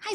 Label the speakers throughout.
Speaker 1: Hi,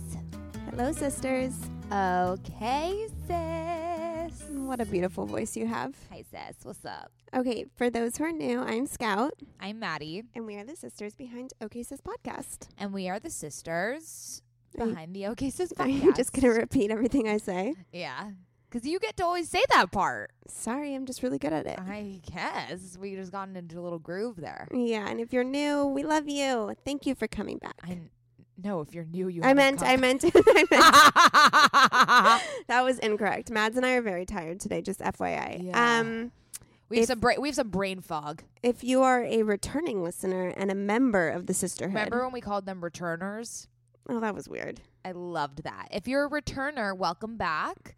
Speaker 2: Hello, sisters.
Speaker 3: Okay, sis.
Speaker 2: What a beautiful voice you have.
Speaker 3: Hi, sis. What's up?
Speaker 2: Okay, for those who are new, I'm Scout,
Speaker 1: I'm Maddie,
Speaker 2: and we are the sisters behind OK Sis Podcast.
Speaker 3: And we are the sisters
Speaker 2: Are you-
Speaker 3: behind the Okay Sis
Speaker 2: Are
Speaker 3: podcast.
Speaker 2: you just going to repeat everything I say?
Speaker 3: Yeah. Because you get to always say that part.
Speaker 2: Sorry, I'm just really good at it.
Speaker 3: I guess. We just gotten into a little groove there.
Speaker 2: Yeah, and if you're new, we love you. Thank you for coming back.
Speaker 3: I n- no, if you're new, you
Speaker 2: I meant, I meant, I meant. That was incorrect. Mads and I are very tired today, just FYI.
Speaker 3: Yeah.
Speaker 2: Um,
Speaker 3: we have
Speaker 2: If-
Speaker 3: some bra- we have some brain fog.
Speaker 2: if you are a returning listener and a member of the sisterhood,
Speaker 3: Remember when we called them returners?
Speaker 2: oh, that was weird.
Speaker 3: I loved that. If you're a returner, welcome back.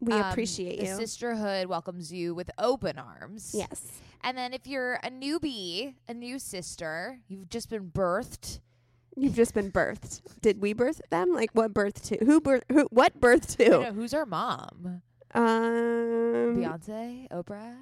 Speaker 2: We
Speaker 3: Um,
Speaker 2: appreciate
Speaker 3: the
Speaker 2: you.
Speaker 3: sisterhood welcomes you with open arms.
Speaker 2: yes.
Speaker 3: And then if you're a newbie, a new sister, you've just been birthed.
Speaker 2: You've just been birthed. Did we birth them? Like what birth to? Who birth? Who? What birth
Speaker 3: I
Speaker 2: to?
Speaker 3: don't know, who's our mom?
Speaker 2: Um,
Speaker 3: Beyonce, Oprah.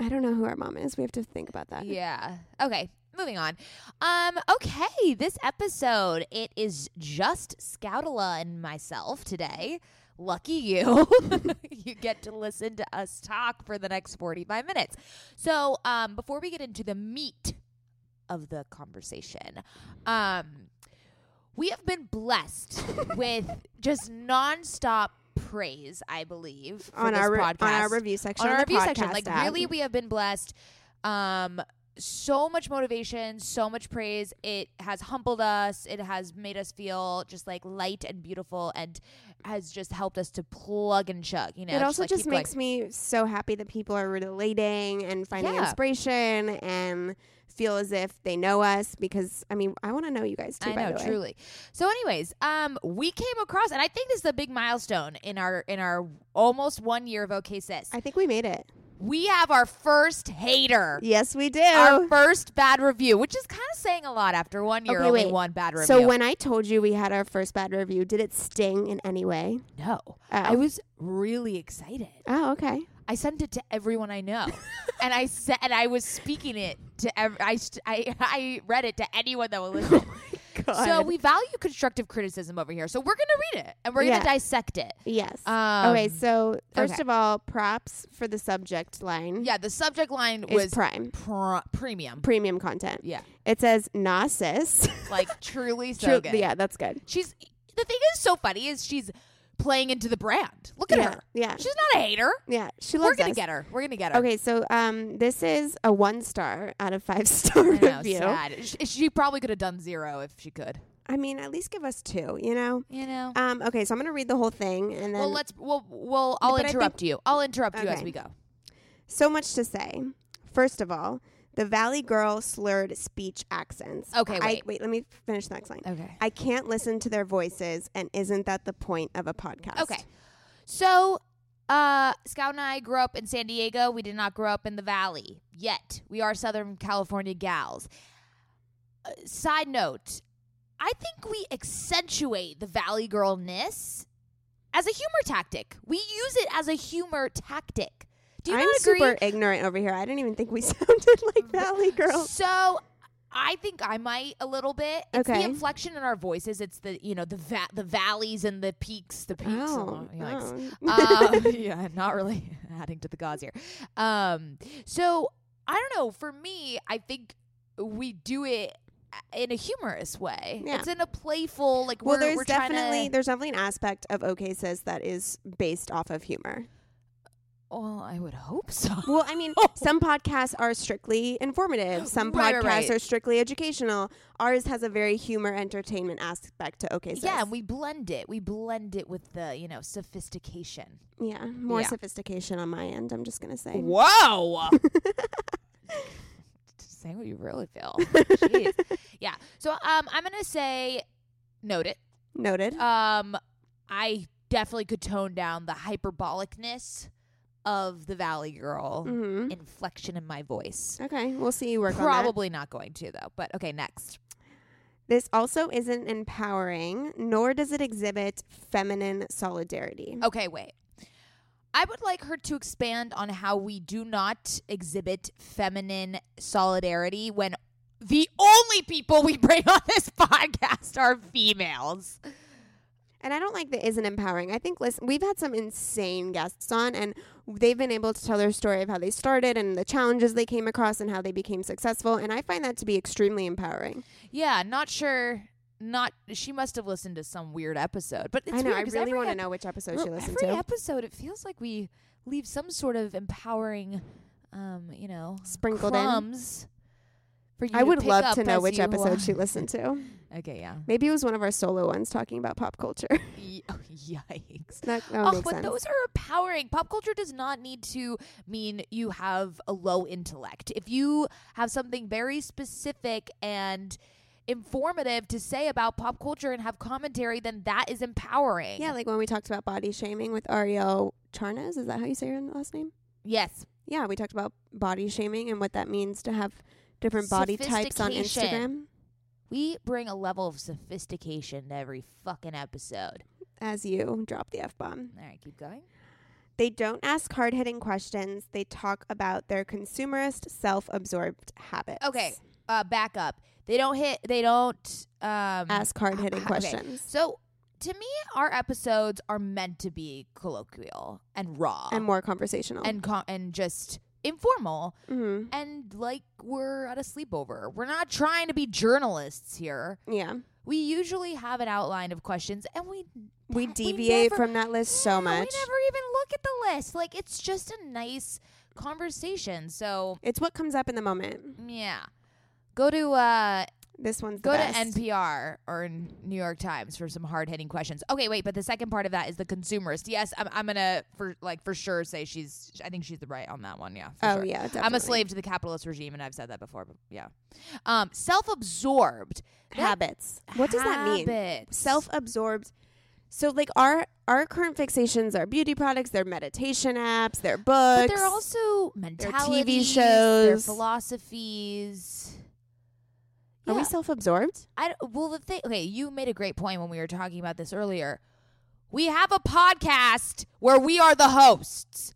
Speaker 2: I don't know who our mom is. We have to think about that.
Speaker 3: Yeah. Okay. Moving on. Um. Okay. This episode, it is just Scoutala and myself today. Lucky you. you get to listen to us talk for the next 45 minutes. So, um, before we get into the meat of the conversation, um, we have been blessed with just nonstop praise, I believe, for
Speaker 2: On
Speaker 3: this
Speaker 2: our re- on
Speaker 3: podcast
Speaker 2: our review section.
Speaker 3: on
Speaker 2: of
Speaker 3: our
Speaker 2: the
Speaker 3: review section.
Speaker 2: podcast
Speaker 3: Like
Speaker 2: app.
Speaker 3: really, we have been blessed. Um, so much motivation, so much praise. It has humbled us. It has made us feel just like light and beautiful, and has just helped us to plug and chug. You know,
Speaker 2: it also
Speaker 3: like,
Speaker 2: just
Speaker 3: keep going.
Speaker 2: makes me so happy that people are relating and finding
Speaker 3: Yeah.
Speaker 2: inspiration and feel as if they know us because I mean I want to know you guys too.
Speaker 3: I
Speaker 2: by
Speaker 3: know,
Speaker 2: the way.
Speaker 3: truly. So, anyways, um, we came across, and I think this is a big milestone in our in our almost one year of OK Sis.
Speaker 2: I think we made it.
Speaker 3: We have our first hater.
Speaker 2: Yes, we do.
Speaker 3: Our first bad review, which is kind of saying a lot after one year,
Speaker 2: Okay,
Speaker 3: only
Speaker 2: wait.
Speaker 3: one bad review.
Speaker 2: so when I told you we had our first bad review, did it sting in any way?
Speaker 3: no,
Speaker 2: Oh.
Speaker 3: I was really excited.
Speaker 2: Oh, okay.
Speaker 3: I sent it to everyone I know, and I said, and I was speaking it to. Ev- I, st- I I read it to anyone that will
Speaker 2: Oh
Speaker 3: listen. so we value constructive criticism over here. So we're gonna read it and we're
Speaker 2: Yeah.
Speaker 3: gonna dissect it.
Speaker 2: yes.
Speaker 3: Um,
Speaker 2: okay. So first
Speaker 3: okay.
Speaker 2: of all, props for the subject line.
Speaker 3: yeah, the subject line
Speaker 2: is
Speaker 3: was
Speaker 2: prime
Speaker 3: pr- premium.
Speaker 2: premium content.
Speaker 3: yeah,
Speaker 2: It says Gnosis.
Speaker 3: like truly so
Speaker 2: True.
Speaker 3: good.
Speaker 2: Yeah, that's good.
Speaker 3: she's the thing is so funny is she's playing into the brand. Look at
Speaker 2: yeah,
Speaker 3: her.
Speaker 2: yeah,
Speaker 3: She's not a hater.
Speaker 2: yeah. She loves
Speaker 3: We're gonna
Speaker 2: us.
Speaker 3: get her. We're gonna get her.
Speaker 2: Okay, so um, this is a one star out of five star
Speaker 3: I know,
Speaker 2: review.
Speaker 3: sad. She, she probably could have done zero if she could.
Speaker 2: I mean, at least give us two, you know.
Speaker 3: You know.
Speaker 2: Um, okay, so I'm gonna read the whole thing, and then
Speaker 3: Well, let's. We'll. we'll I'll
Speaker 2: But I think-
Speaker 3: interrupt you. I'll interrupt you as
Speaker 2: Okay.
Speaker 3: we go.
Speaker 2: so much to say. First of all, the Valley Girl slurred speech accents.
Speaker 3: Okay,
Speaker 2: I,
Speaker 3: wait.
Speaker 2: wait. Let me finish the next line.
Speaker 3: Okay.
Speaker 2: I can't listen to their voices, and isn't that the point of a podcast?
Speaker 3: Okay. So, uh, Scout and I grew up in San Diego. We did not grow up in the Valley yet. We are Southern California gals. Uh, side note: I think we accentuate the Valley girlness as a humor tactic. We use it as a humor tactic. Do you
Speaker 2: I'm
Speaker 3: not agree? Um,
Speaker 2: super ignorant over here. I didn't even think we sounded like Valley Girls.
Speaker 3: So I think I might a little bit. It's
Speaker 2: Okay.
Speaker 3: the inflection in our voices. It's the you know the va- the valleys and the peaks, the peaks. Oh,
Speaker 2: Oh,
Speaker 3: yikes.
Speaker 2: no.
Speaker 3: um, yeah, not really adding to the cause here. Um, so I don't know. For me, I think we do it in a humorous way.
Speaker 2: Yeah.
Speaker 3: It's in a playful, like
Speaker 2: well,
Speaker 3: we're,
Speaker 2: there's
Speaker 3: we're trying
Speaker 2: definitely
Speaker 3: To,
Speaker 2: there's definitely an aspect of OK says that is based off of humor.
Speaker 3: well, I would hope so.
Speaker 2: Well, I mean, some podcasts are strictly informative. Some
Speaker 3: Right, right,
Speaker 2: podcasts
Speaker 3: right.
Speaker 2: are strictly educational. Ours has a very humor entertainment aspect to OK says.
Speaker 3: yeah, and we blend it. We blend it with the you know sophistication.
Speaker 2: yeah, more
Speaker 3: Yeah.
Speaker 2: sophistication on my end. I'm just gonna say.
Speaker 3: Whoa. Just say what you really feel. Jeez. Yeah. So um, I'm gonna say, note it.
Speaker 2: Noted.
Speaker 3: Um, I definitely could tone down the hyperbolicness of the Valley Girl
Speaker 2: hmm
Speaker 3: inflection in my voice.
Speaker 2: Okay, we'll see you work on that.
Speaker 3: Probably not going to though. But okay, next.
Speaker 2: This also isn't empowering, nor does it exhibit feminine solidarity.
Speaker 3: Okay, wait. I would like her to expand on how we do not exhibit feminine solidarity when the only people we bring on this podcast are females.
Speaker 2: And I don't like that isn't empowering. I think listen, we've had some insane guests on, and they've been able to tell their story of how they started and the challenges they came across and how they became successful. And I find that to be extremely empowering.
Speaker 3: Yeah, not sure. Not she must have listened to some weird episode, but it's
Speaker 2: I know.
Speaker 3: weird
Speaker 2: I
Speaker 3: 'cause
Speaker 2: really
Speaker 3: every
Speaker 2: want to
Speaker 3: ep-
Speaker 2: know which episode
Speaker 3: Well,
Speaker 2: she listened
Speaker 3: every
Speaker 2: to.
Speaker 3: episode, it feels like we leave some sort of empowering, um, you know,
Speaker 2: Sprinkled in.
Speaker 3: crumbs For you
Speaker 2: I would
Speaker 3: pick
Speaker 2: love
Speaker 3: up
Speaker 2: to know
Speaker 3: as
Speaker 2: which
Speaker 3: you
Speaker 2: episode she
Speaker 3: walk.
Speaker 2: listened to.
Speaker 3: Okay, yeah.
Speaker 2: Maybe it was one of our solo ones talking about pop culture.
Speaker 3: Y- oh, yikes.
Speaker 2: that, that would
Speaker 3: Oh,
Speaker 2: make
Speaker 3: but
Speaker 2: sense.
Speaker 3: those are empowering. Pop culture does not need to mean you have a low intellect. If you have something very specific and informative to say about pop culture and have commentary, then that is empowering.
Speaker 2: yeah, like when we talked about body shaming with Ariel Charnas. Is that how you say her last name?
Speaker 3: Yes.
Speaker 2: Yeah, we talked about body shaming and what that means to have different body types on Instagram.
Speaker 3: Sophistication. We bring a level of sophistication to every fucking episode.
Speaker 2: As you drop the F bomb.
Speaker 3: All right, keep going.
Speaker 2: They don't ask hard hitting questions. They talk about their consumerist, self absorbed habits.
Speaker 3: Okay, uh, back up. They don't hit. They don't um,
Speaker 2: Ask hard hitting
Speaker 3: okay.
Speaker 2: questions
Speaker 3: So to me, our episodes are meant to be colloquial and raw
Speaker 2: and more conversational.
Speaker 3: Oh. and co- and just informal
Speaker 2: hmm
Speaker 3: and like we're at a sleepover. We're not trying to be journalists here.
Speaker 2: Yeah.
Speaker 3: We usually have an outline of questions, and we
Speaker 2: We
Speaker 3: that-
Speaker 2: deviate
Speaker 3: never-
Speaker 2: from that list so
Speaker 3: Yeah,
Speaker 2: much.
Speaker 3: We never even look at the list. Like it's just a nice conversation. So
Speaker 2: It's what comes up in the moment.
Speaker 3: yeah. Go to uh,
Speaker 2: This one's the
Speaker 3: go
Speaker 2: best.
Speaker 3: to NPR or n- New York Times for some hard hitting questions. Okay, wait, but the second part of that is the consumerist. Yes, I'm, I'm gonna for like for sure say she's. I think she's the right on that one. Yeah. For
Speaker 2: oh,
Speaker 3: sure.
Speaker 2: yeah. Definitely.
Speaker 3: I'm a slave to the capitalist regime, and I've said that before. But yeah, um, self-absorbed.
Speaker 2: Habits. What does that mean?
Speaker 3: Habits.
Speaker 2: self-absorbed so like our our current fixations are beauty products they're meditation apps they're books
Speaker 3: But they're also
Speaker 2: TV
Speaker 3: mentalities, their
Speaker 2: shows.
Speaker 3: philosophies.
Speaker 2: are we
Speaker 3: Yeah.
Speaker 2: self-absorbed
Speaker 3: I d- well the thing. Okay, you made a great point when we were talking about this earlier. We have a podcast where we are the hosts.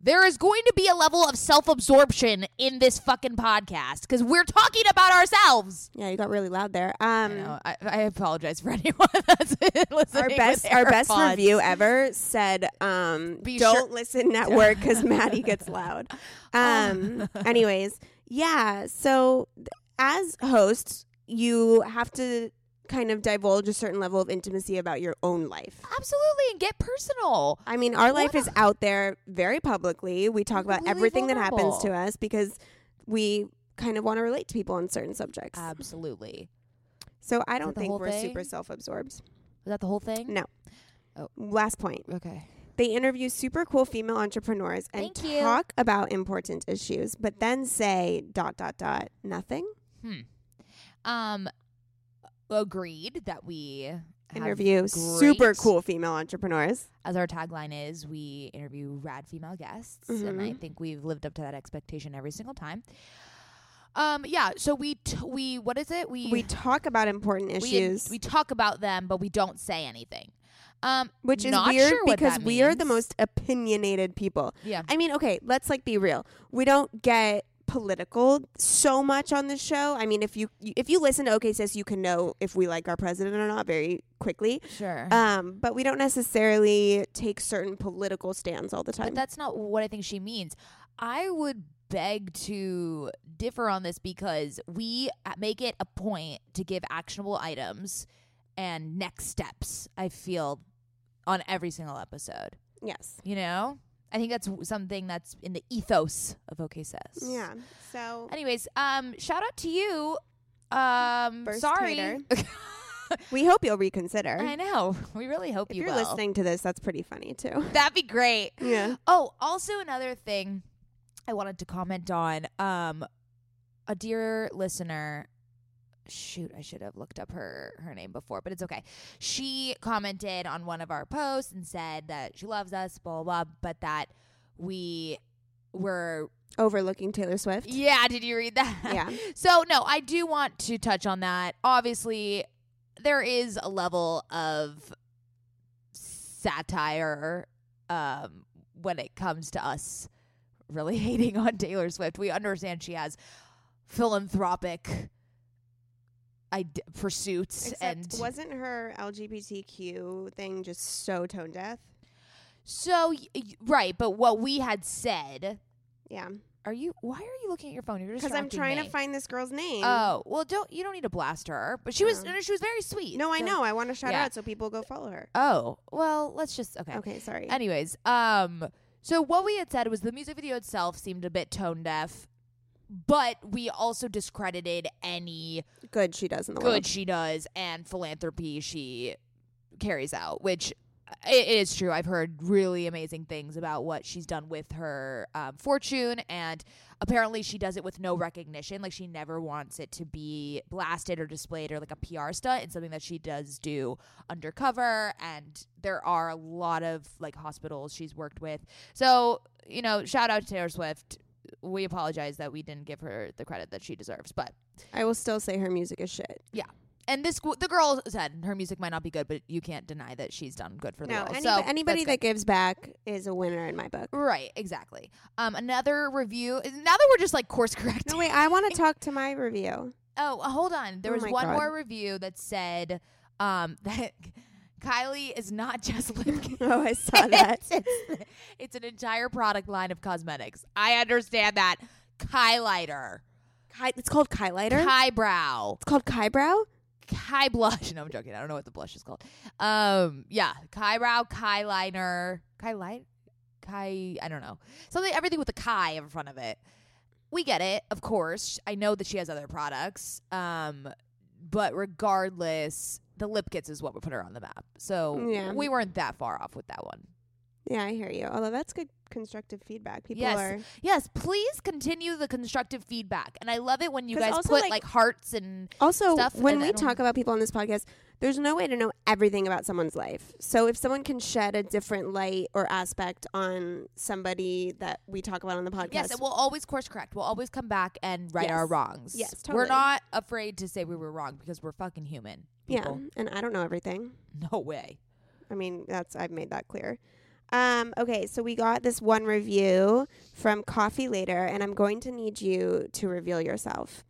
Speaker 3: There is going to be a level of self-absorption in this fucking podcast because we're talking about ourselves.
Speaker 2: yeah you got really loud there
Speaker 3: I know.
Speaker 2: um
Speaker 3: I, I apologize for anyone that's listening.
Speaker 2: our
Speaker 3: with
Speaker 2: best our best
Speaker 3: AirPods.
Speaker 2: review ever said um
Speaker 3: Be
Speaker 2: don't
Speaker 3: sure- Oh.
Speaker 2: listen at work because maddie gets loud um anyways yeah so th- as hosts you have to kind of divulge a certain level of intimacy about your own life
Speaker 3: Absolutely, and get personal.
Speaker 2: I mean, our life
Speaker 3: What
Speaker 2: is out there very publicly. We talk about
Speaker 3: Really
Speaker 2: everything that happens to
Speaker 3: vulnerable.
Speaker 2: us because we kind of want to relate to people on certain subjects.
Speaker 3: Absolutely.
Speaker 2: so I
Speaker 3: that
Speaker 2: don't
Speaker 3: the
Speaker 2: think
Speaker 3: whole
Speaker 2: we're
Speaker 3: thing?
Speaker 2: super self absorbed.
Speaker 3: Is that the whole thing?
Speaker 2: No. Last point
Speaker 3: Okay.
Speaker 2: they interview super cool female entrepreneurs and
Speaker 3: Thank you.
Speaker 2: talk about important issues, but then say dot, dot, dot, nothing.
Speaker 3: Hmm. Um, agreed that we have
Speaker 2: Interview super
Speaker 3: great-
Speaker 2: cool female entrepreneurs.
Speaker 3: As our tagline is, we interview rad female guests, and I
Speaker 2: Mhm.
Speaker 3: think we've lived up to that expectation every single time. Um, yeah. So we t- we what is it? We
Speaker 2: We talk about important
Speaker 3: we,
Speaker 2: issues.
Speaker 3: we talk about them, but we don't say anything. Um,
Speaker 2: Which is
Speaker 3: not
Speaker 2: weird
Speaker 3: sure what
Speaker 2: because
Speaker 3: that
Speaker 2: we are the
Speaker 3: means.
Speaker 2: most opinionated people.
Speaker 3: Yeah.
Speaker 2: I mean, okay, let's like be real. We don't get political so much on this show. I mean, if you if you listen to OK Sis, you can know if we like our president or not very quickly.
Speaker 3: Sure.
Speaker 2: Um, but we don't necessarily take certain political stands all the
Speaker 3: but
Speaker 2: time.
Speaker 3: that's not what I think she means. I would beg to differ on this because we uh, make it a point to give actionable items and next steps, I feel, on every single episode.
Speaker 2: yes.
Speaker 3: You know? I think that's w- something that's in the ethos of OK Says.
Speaker 2: Yeah. So
Speaker 3: Anyways, um, shout out to you. Um,
Speaker 2: First
Speaker 3: sorry.
Speaker 2: hater. we hope you'll reconsider.
Speaker 3: I know. We really hope
Speaker 2: if
Speaker 3: you
Speaker 2: you're
Speaker 3: will.
Speaker 2: listening to this, that's pretty funny too.
Speaker 3: That'd be great.
Speaker 2: Yeah.
Speaker 3: Oh, also another thing I wanted to comment on. Um, a dear listener, shoot, I should have looked up her her name before, but it's okay. She commented on one of our posts and said that she loves us, blah blah, blah but that we were.
Speaker 2: Overlooking Taylor Swift.
Speaker 3: Yeah, did you read that?
Speaker 2: Yeah.
Speaker 3: So, no, I do want to touch on that. Obviously, there is a level of satire um, when it comes to us really hating on Taylor Swift. We understand she has philanthropic ide- pursuits
Speaker 2: Except
Speaker 3: and
Speaker 2: wasn't her LGBTQ thing just so tone deaf?
Speaker 3: so y- y- right but what we had said
Speaker 2: Yeah.
Speaker 3: are you why are you looking at your phone you're
Speaker 2: Because I'm
Speaker 3: distracting
Speaker 2: trying
Speaker 3: me.
Speaker 2: to find this girl's name.
Speaker 3: oh well don't you don't need to blast her but she was
Speaker 2: Um,
Speaker 3: no, she was very sweet
Speaker 2: no, I
Speaker 3: So-
Speaker 2: know. I want to shout her
Speaker 3: Yeah.
Speaker 2: out so people go follow her.
Speaker 3: Oh, well, let's just okay.
Speaker 2: Okay, sorry.
Speaker 3: Anyways, um so what we had said was the music video itself seemed a bit tone deaf, but we also discredited any
Speaker 2: Good, she does in the
Speaker 3: good
Speaker 2: world.
Speaker 3: she does and philanthropy she carries out, which uh, it is true. I've heard really amazing things about what she's done with her um, fortune, and apparently she does it with no recognition. Like she never wants it to be blasted or displayed or like a PR stunt. It's something that she does do undercover, and there are a lot of like hospitals she's worked with. So you know, shout out to Taylor Swift. We apologize that we didn't give her the credit that she deserves, but
Speaker 2: I will still say her music is shit.
Speaker 3: and this the girl said her music might not be good, but you can't deny that she's done good for the
Speaker 2: No,
Speaker 3: world.
Speaker 2: anyb-
Speaker 3: so
Speaker 2: anybody
Speaker 3: that's
Speaker 2: that gives back is a winner in my book.
Speaker 3: good. right, exactly. Um, another review. Now that we're just like course correcting.
Speaker 2: No, wait, I want to talk to my review.
Speaker 3: Oh, uh, hold on. There
Speaker 2: Oh
Speaker 3: was
Speaker 2: my
Speaker 3: one
Speaker 2: God.
Speaker 3: more review that said um, that Kylie is not just lip kit.
Speaker 2: Oh, I saw that.
Speaker 3: it's, it's an entire product line of cosmetics. I understand that. Kylighter,
Speaker 2: Ki- it's called Kylighter.
Speaker 3: Kybrow,
Speaker 2: it's called Kybrow.
Speaker 3: Kai blush. No, I'm joking. I don't know what the blush is called. Um, yeah, Kai brow, Kai liner, Kai light, Kai. I don't know something. Everything with a Kai in front of it. We get it, of course. I know that she has other products. Um, but regardless, the lip kits is what would put her on the map. So
Speaker 2: Yeah.
Speaker 3: we weren't that far off with that one.
Speaker 2: Yeah, I hear you. Although that's good constructive feedback. People
Speaker 3: Yes.
Speaker 2: are
Speaker 3: Yes, please continue the constructive feedback, and I love it when you
Speaker 2: 'Cause
Speaker 3: guys
Speaker 2: also,
Speaker 3: put
Speaker 2: like-
Speaker 3: like hearts and
Speaker 2: Also,
Speaker 3: stuff
Speaker 2: when
Speaker 3: and I
Speaker 2: we
Speaker 3: don't-
Speaker 2: talk about people on this podcast, there's no way to know everything about someone's life. So if someone can shed a different light or aspect on somebody that we talk about on the podcast,
Speaker 3: Yes, and we'll always course correct. We'll always come back and right our
Speaker 2: Yes.
Speaker 3: wrongs.
Speaker 2: Yes,
Speaker 3: We're
Speaker 2: totally.
Speaker 3: not afraid to say we were wrong because we're fucking human.
Speaker 2: yeah,
Speaker 3: People.
Speaker 2: and I don't know everything.
Speaker 3: No way.
Speaker 2: I mean, that's I've made that clear. Um, okay, so we got this one review from Coffee Later, and I'm going to need you to reveal yourself.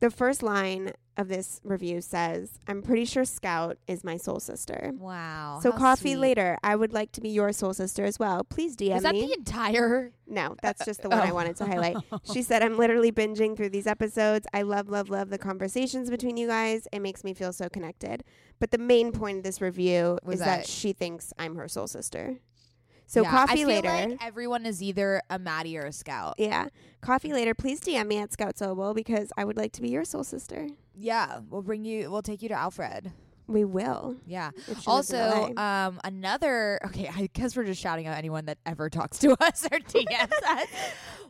Speaker 2: The first line of this review says, "I'm pretty sure Scout is my soul sister."
Speaker 3: Wow.
Speaker 2: So
Speaker 3: how
Speaker 2: coffee
Speaker 3: sweet.
Speaker 2: later. I would like to be your soul sister as well. Please DM
Speaker 3: Is that
Speaker 2: me.
Speaker 3: the entire?
Speaker 2: no, that's just the one I
Speaker 3: oh.
Speaker 2: wanted to highlight. She said, "I'm literally binging through these episodes. I love, love, love the conversations between you guys. It makes me feel so connected." But the main point of this review
Speaker 3: Was
Speaker 2: is that,
Speaker 3: that-
Speaker 2: she thinks I'm her soul sister. So
Speaker 3: Yeah, I
Speaker 2: coffee
Speaker 3: feel
Speaker 2: later.
Speaker 3: Like everyone is either a Maddie or a Scout.
Speaker 2: yeah, coffee later. Please DM me at Scout Sobel because I would like to be your soul sister.
Speaker 3: Yeah, we'll bring you. We'll take you to Alfred.
Speaker 2: We will.
Speaker 3: Yeah.
Speaker 2: if she lives in
Speaker 3: Also,
Speaker 2: LA.
Speaker 3: um, another okay, I guess we're just shouting out anyone that ever talks to us or DMs us.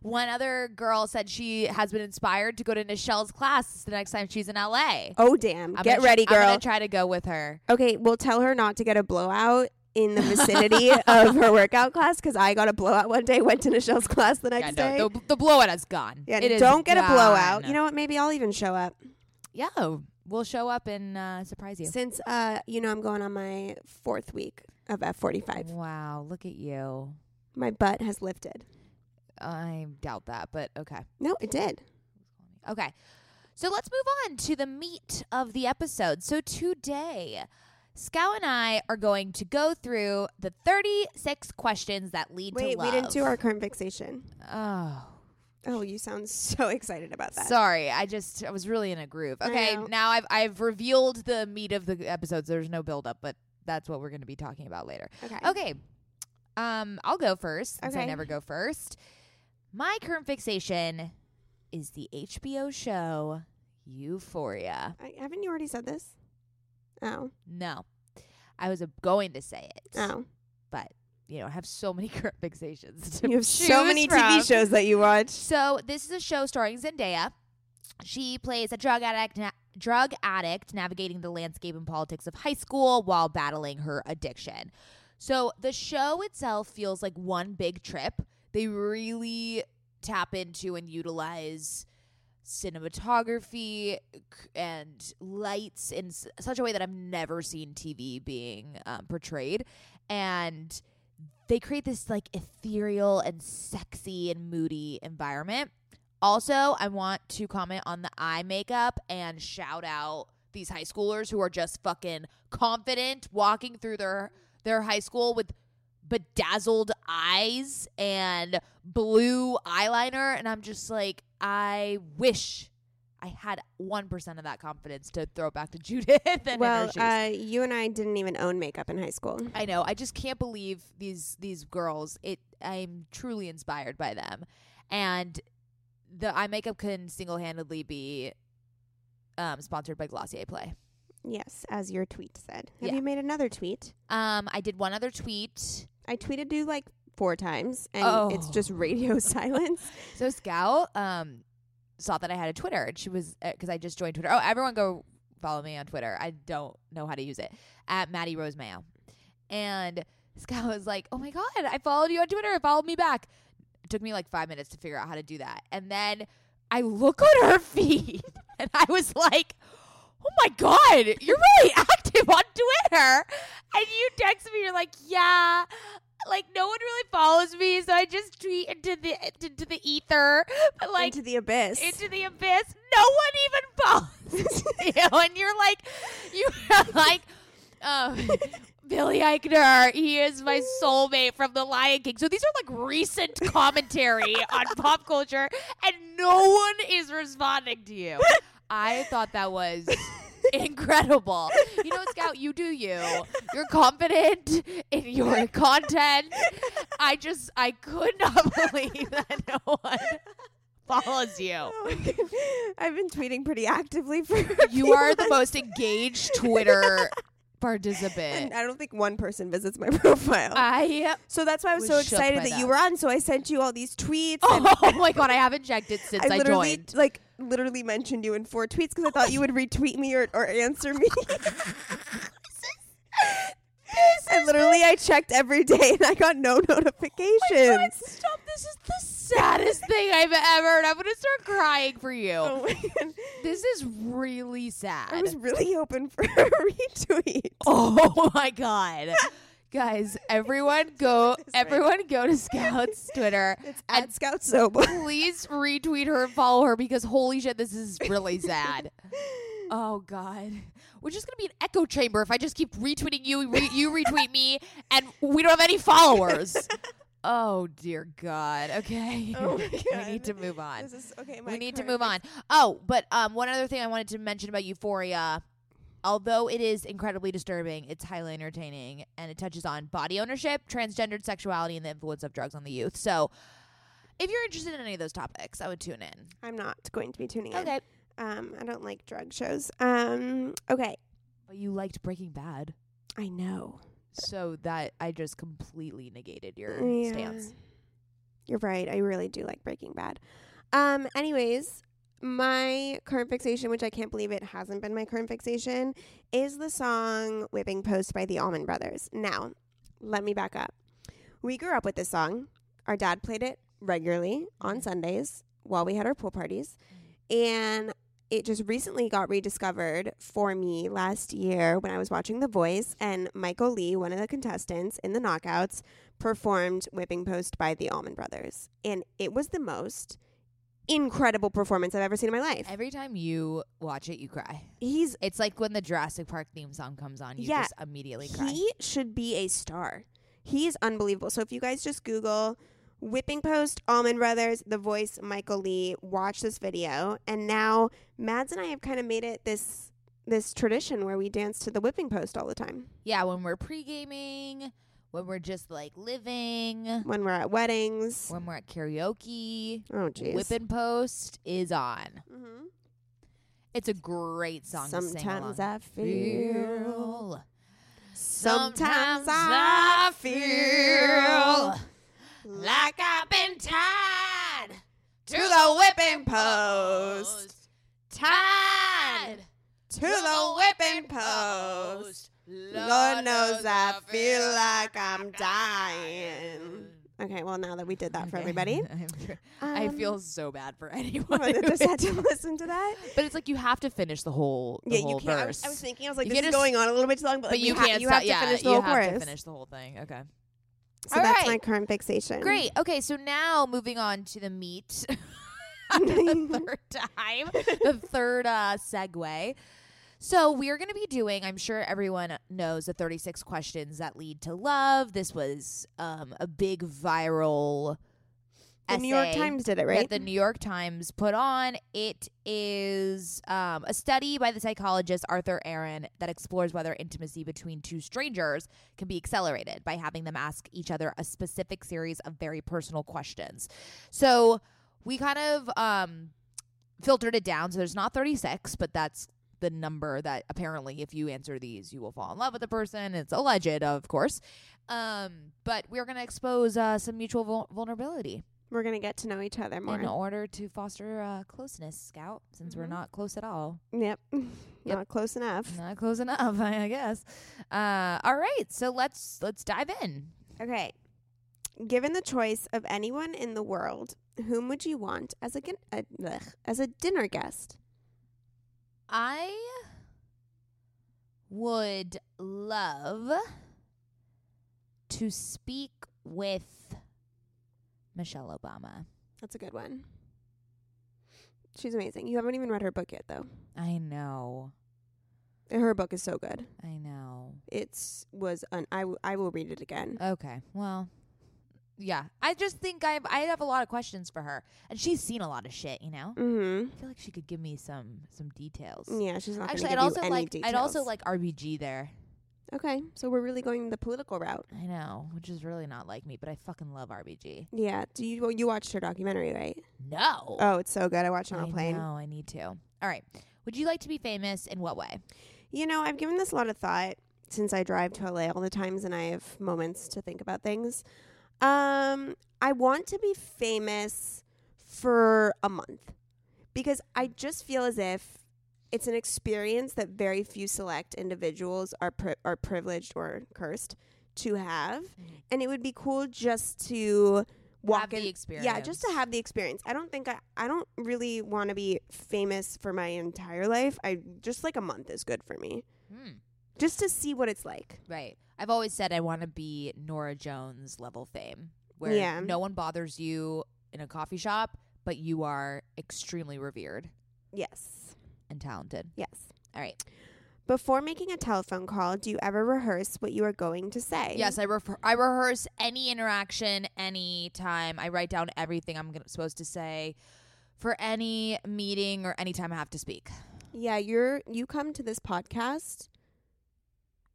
Speaker 3: One other girl said she has been inspired to go to Nichelle's class the next time she's in LA.
Speaker 2: oh damn!
Speaker 3: I'm
Speaker 2: Get
Speaker 3: gonna tr-
Speaker 2: ready,
Speaker 3: I'm
Speaker 2: girl.
Speaker 3: gonna try to go with her.
Speaker 2: Okay, well, tell her not to get a blowout in the vicinity of her workout class because I got a blowout one day, went to Michelle's class the next
Speaker 3: yeah,
Speaker 2: day.
Speaker 3: no, the, the blowout is gone.
Speaker 2: yeah,
Speaker 3: It is
Speaker 2: don't get
Speaker 3: gone.
Speaker 2: a blowout. You know what? Maybe I'll even show up
Speaker 3: yeah, we'll show up and uh, surprise you.
Speaker 2: since uh, you know I'm going on my fourth week of F45.
Speaker 3: Wow, look at you.
Speaker 2: My butt has lifted.
Speaker 3: I doubt that, but okay.
Speaker 2: No, it did.
Speaker 3: Okay. So let's move on to the meat of the episode. So today, Scout and I are going to go through the 36 questions that lead
Speaker 2: Wait,
Speaker 3: to love.
Speaker 2: we didn't do our current fixation.
Speaker 3: Oh,
Speaker 2: Oh, you sound so excited about that.
Speaker 3: sorry. I just I was really in a groove.
Speaker 2: I
Speaker 3: Okay,
Speaker 2: know.
Speaker 3: now I've I've revealed the meat of the episodes. There's no build up, but that's what we're going to be talking about later.
Speaker 2: okay.
Speaker 3: Okay. Um, I'll go first since I
Speaker 2: Okay.
Speaker 3: never go first. My current fixation is the HBO show Euphoria.
Speaker 2: I, haven't you already said this? Oh.
Speaker 3: No. I was uh, going to say it.
Speaker 2: Oh.
Speaker 3: But, you know, I have so many current fixations. To
Speaker 2: You have so
Speaker 3: choose
Speaker 2: many
Speaker 3: from.
Speaker 2: TV shows that you watch.
Speaker 3: So, this is a show starring Zendaya. She plays a drug addict na- drug addict navigating the landscape and politics of high school while battling her addiction. So, the show itself feels like one big trip. They really tap into and utilize cinematography c- and lights in s- such a way that I've never seen TV being um, portrayed. And they create this like ethereal and sexy and moody environment. Also, I want to comment on the eye makeup and shout out these high schoolers who are just fucking confident walking through their their high school with bedazzled eyes and blue eyeliner and I'm just like I wish I had 1% of that confidence to throw back to Judith and in her
Speaker 2: Well,
Speaker 3: shoes.
Speaker 2: uh, you and I didn't even own makeup in high school.
Speaker 3: I know. I just can't believe these these girls. It I'm truly inspired by them. And the eye makeup can single handedly be um, sponsored by Glossier Play.
Speaker 2: Yes, as your tweet said. Have
Speaker 3: Yeah.
Speaker 2: you made another tweet?
Speaker 3: Um, I did one other tweet.
Speaker 2: I tweeted you like four times, and it's
Speaker 3: Oh.
Speaker 2: just radio silence.
Speaker 3: So Scout um, saw that I had a Twitter, and she was because I just joined Twitter. Oh, everyone go follow me on Twitter. I don't know how to use it at Maddie Rose Mayo. And Scout was like, "Oh my god, I followed you on Twitter. Follow me back." It took me like five minutes to figure out how to do that, and then I look on her feed, and I was like. Oh my God, you're really active on Twitter. And you text me, you're like, yeah, like no one really follows me, so I just tweet into the into the ether, but like
Speaker 2: Into the abyss.
Speaker 3: into the abyss. No one even follows you, and you're like, you're like, um, Billy Eichner. He is my soulmate from The Lion King. So these are like recent commentary on pop culture, and no one is responding to you. I thought that was. Incredible. You know, Scout, you do you. You're confident in your content. I just, I could not believe that no one follows you.
Speaker 2: Oh my God. I've been tweeting pretty actively for.
Speaker 3: You are the most engaged Twitter participant.
Speaker 2: And I don't think one person visits my profile.
Speaker 3: I
Speaker 2: so that's why I was,
Speaker 3: was
Speaker 2: so
Speaker 3: shook
Speaker 2: excited
Speaker 3: by
Speaker 2: that, you
Speaker 3: that.
Speaker 2: were on. So I sent you all these tweets. and
Speaker 3: oh my god, I haven't checked it since
Speaker 2: I
Speaker 3: I,
Speaker 2: literally
Speaker 3: joined.
Speaker 2: like literally mentioned you in four tweets because I thought you would retweet me or, or answer me. and literally, I checked every day and I got no notifications.
Speaker 3: God, stop! This is the saddest thing I've ever. heard. I'm gonna start crying for you.
Speaker 2: Oh my God.
Speaker 3: This is really sad.
Speaker 2: I was really hoping for a retweet.
Speaker 3: oh my god. Guys, everyone go
Speaker 2: this right
Speaker 3: everyone go to Scout's Twitter
Speaker 2: It's
Speaker 3: and
Speaker 2: at Scout Soba.
Speaker 3: please retweet her and follow her because holy shit, this is really sad. Oh god, we're just gonna be an echo chamber if I just keep retweeting you, re- you retweet me, and we don't have any followers. oh dear god. Okay,
Speaker 2: Oh my
Speaker 3: we need to
Speaker 2: God.
Speaker 3: move on.
Speaker 2: This is, okay, my
Speaker 3: We need to
Speaker 2: current
Speaker 3: move on. Oh, but um, one other thing I wanted to mention about Euphoria. Although it is incredibly disturbing, it's highly entertaining and it touches on body ownership, transgendered sexuality, and the influence of drugs on the youth. So, if you're interested in any of those topics, I would tune in.
Speaker 2: I'm not going to be tuning in.
Speaker 3: Okay.
Speaker 2: Um, I don't like drug shows. Um, okay.
Speaker 3: But you liked Breaking Bad.
Speaker 2: I know.
Speaker 3: So that I just completely negated your
Speaker 2: Yeah.
Speaker 3: stance.
Speaker 2: You're right. I really do like Breaking Bad. Um, anyways, my current fixation, which I can't believe it hasn't been my current fixation, is the song Whipping Post by the Allman Brothers. Now, let me back up. We grew up with this song. Our dad played it regularly on Sundays while we had our pool parties. And it just recently got rediscovered for me last year when I was watching The Voice, and Michael Lee, one of the contestants in the knockouts, performed Whipping Post by the Allman Brothers. And it was the most incredible performance I've ever seen in my life.
Speaker 3: Every time you watch it, you cry.
Speaker 2: He's,
Speaker 3: It's like when the Jurassic Park theme song comes on, you
Speaker 2: Yeah.
Speaker 3: just immediately cry.
Speaker 2: he should be a star. He is unbelievable. So if you guys just Google Whipping Post, Allman Brothers, The Voice, Michael Lee, watch this video. And now Mads and I have kind of made it this this tradition where we dance to the whipping post all the time.
Speaker 3: yeah, when we're pre gaming, when we're just like living,
Speaker 2: when we're at weddings.
Speaker 3: when we're at karaoke,
Speaker 2: Oh, jeez.
Speaker 3: Whippin' Post is on.
Speaker 2: Mm-hmm.
Speaker 3: It's a great song to sing along.
Speaker 2: Sometimes I feel.
Speaker 3: feel.
Speaker 2: Sometimes I feel
Speaker 3: like I've been tied
Speaker 2: to the whipping post.
Speaker 3: Tied
Speaker 2: To the whipping post. Lord knows I feel like I'm dying. Okay, well, now that we did that for everybody,
Speaker 3: I
Speaker 2: Um,
Speaker 3: feel so bad for anyone.
Speaker 2: I
Speaker 3: who
Speaker 2: just had to
Speaker 3: is-
Speaker 2: listen to that.
Speaker 3: but it's like you have to finish the whole, the
Speaker 2: yeah,
Speaker 3: whole
Speaker 2: you can't. I
Speaker 3: verse.
Speaker 2: was, I was thinking, I was like,
Speaker 3: You
Speaker 2: this
Speaker 3: can't
Speaker 2: is
Speaker 3: just-
Speaker 2: going on a little bit too long,
Speaker 3: but
Speaker 2: but, like, we
Speaker 3: you
Speaker 2: ha-
Speaker 3: can't.
Speaker 2: You
Speaker 3: stop-
Speaker 2: have to
Speaker 3: yeah,
Speaker 2: finish the
Speaker 3: you
Speaker 2: whole
Speaker 3: have
Speaker 2: chorus.
Speaker 3: to finish the whole thing. Okay.
Speaker 2: So
Speaker 3: All
Speaker 2: that's
Speaker 3: right.
Speaker 2: my current fixation.
Speaker 3: Great. Okay, so now moving on to the meat. the third time, the third uh, segue. So we are going to be doing. I'm sure everyone knows the 36 questions that lead to love. This was um, a big viral.
Speaker 2: The New York
Speaker 3: essay
Speaker 2: Times did it, right?
Speaker 3: that the New York Times put on. It is um, a study by the psychologist Arthur Aaron that explores whether intimacy between two strangers can be accelerated by having them ask each other a specific series of very personal questions. So we kind of um, filtered it down. So there's not 36, but that's the number that apparently if you answer these you will fall in love with the person it's alleged of course um, but we're going to expose uh, some mutual vul- vulnerability
Speaker 2: We're gonna get to know each other more.
Speaker 3: in order to foster uh, closeness, Scout, since we're
Speaker 2: Mhm.
Speaker 3: not close at all.
Speaker 2: Yep. Not close enough.
Speaker 3: Not close enough, I guess. Uh, all right, so let's let's dive in.
Speaker 2: Okay. Given the choice of anyone in the world, whom would you want as a, gin- a blech, as a dinner guest?
Speaker 3: I would love to speak with Michelle Obama.
Speaker 2: That's a good one. She's amazing. You haven't even read her book yet, though.
Speaker 3: I know,
Speaker 2: Her book is so good.
Speaker 3: I know.
Speaker 2: It's was an I, w- I will read it again.
Speaker 3: Okay, well, yeah. I just think I I have a lot of questions for her, and she's seen a lot of shit, you know.
Speaker 2: Mm-hmm.
Speaker 3: I feel like she could give me some some details.
Speaker 2: Yeah, she's not. gonna
Speaker 3: Actually,
Speaker 2: give
Speaker 3: I'd also
Speaker 2: you any
Speaker 3: like I'd also
Speaker 2: details.
Speaker 3: like RBG there.
Speaker 2: Okay, so we're really going the political route.
Speaker 3: I know, which is really not like me, but I fucking love RBG.
Speaker 2: Yeah. Do you well, you watched her documentary, right?
Speaker 3: No.
Speaker 2: Oh, it's so good. I watched it on
Speaker 3: I
Speaker 2: a plane.
Speaker 3: know, I need to. All right. Would you like to be famous in what way?
Speaker 2: You know, I've given this a lot of thought since I drive to LA all the times and I have moments to think about things. Um, I want to be famous for a month because I just feel as if it's an experience that very few select individuals are pri- are privileged or cursed to have, and it would be cool just to walk
Speaker 3: Mm-hmm. Have
Speaker 2: in
Speaker 3: the experience.
Speaker 2: yeah, just to have the experience. I don't think I, I don't really want to be famous for my entire life. I just like a month is good for me,
Speaker 3: Hmm,
Speaker 2: just to see what it's like.
Speaker 3: right. I've always said I want to be Nora Jones level fame, where
Speaker 2: Yeah.
Speaker 3: no one bothers you in a coffee shop, but you are extremely revered
Speaker 2: Yes,
Speaker 3: and talented.
Speaker 2: yes.
Speaker 3: All right.
Speaker 2: Before making a telephone call, do you ever rehearse what you are going to say?
Speaker 3: Yes, I refer- I rehearse any interaction, any time. I write down everything I'm gonna, supposed to say for any meeting or any time I have to speak.
Speaker 2: Yeah, you're you come to this podcast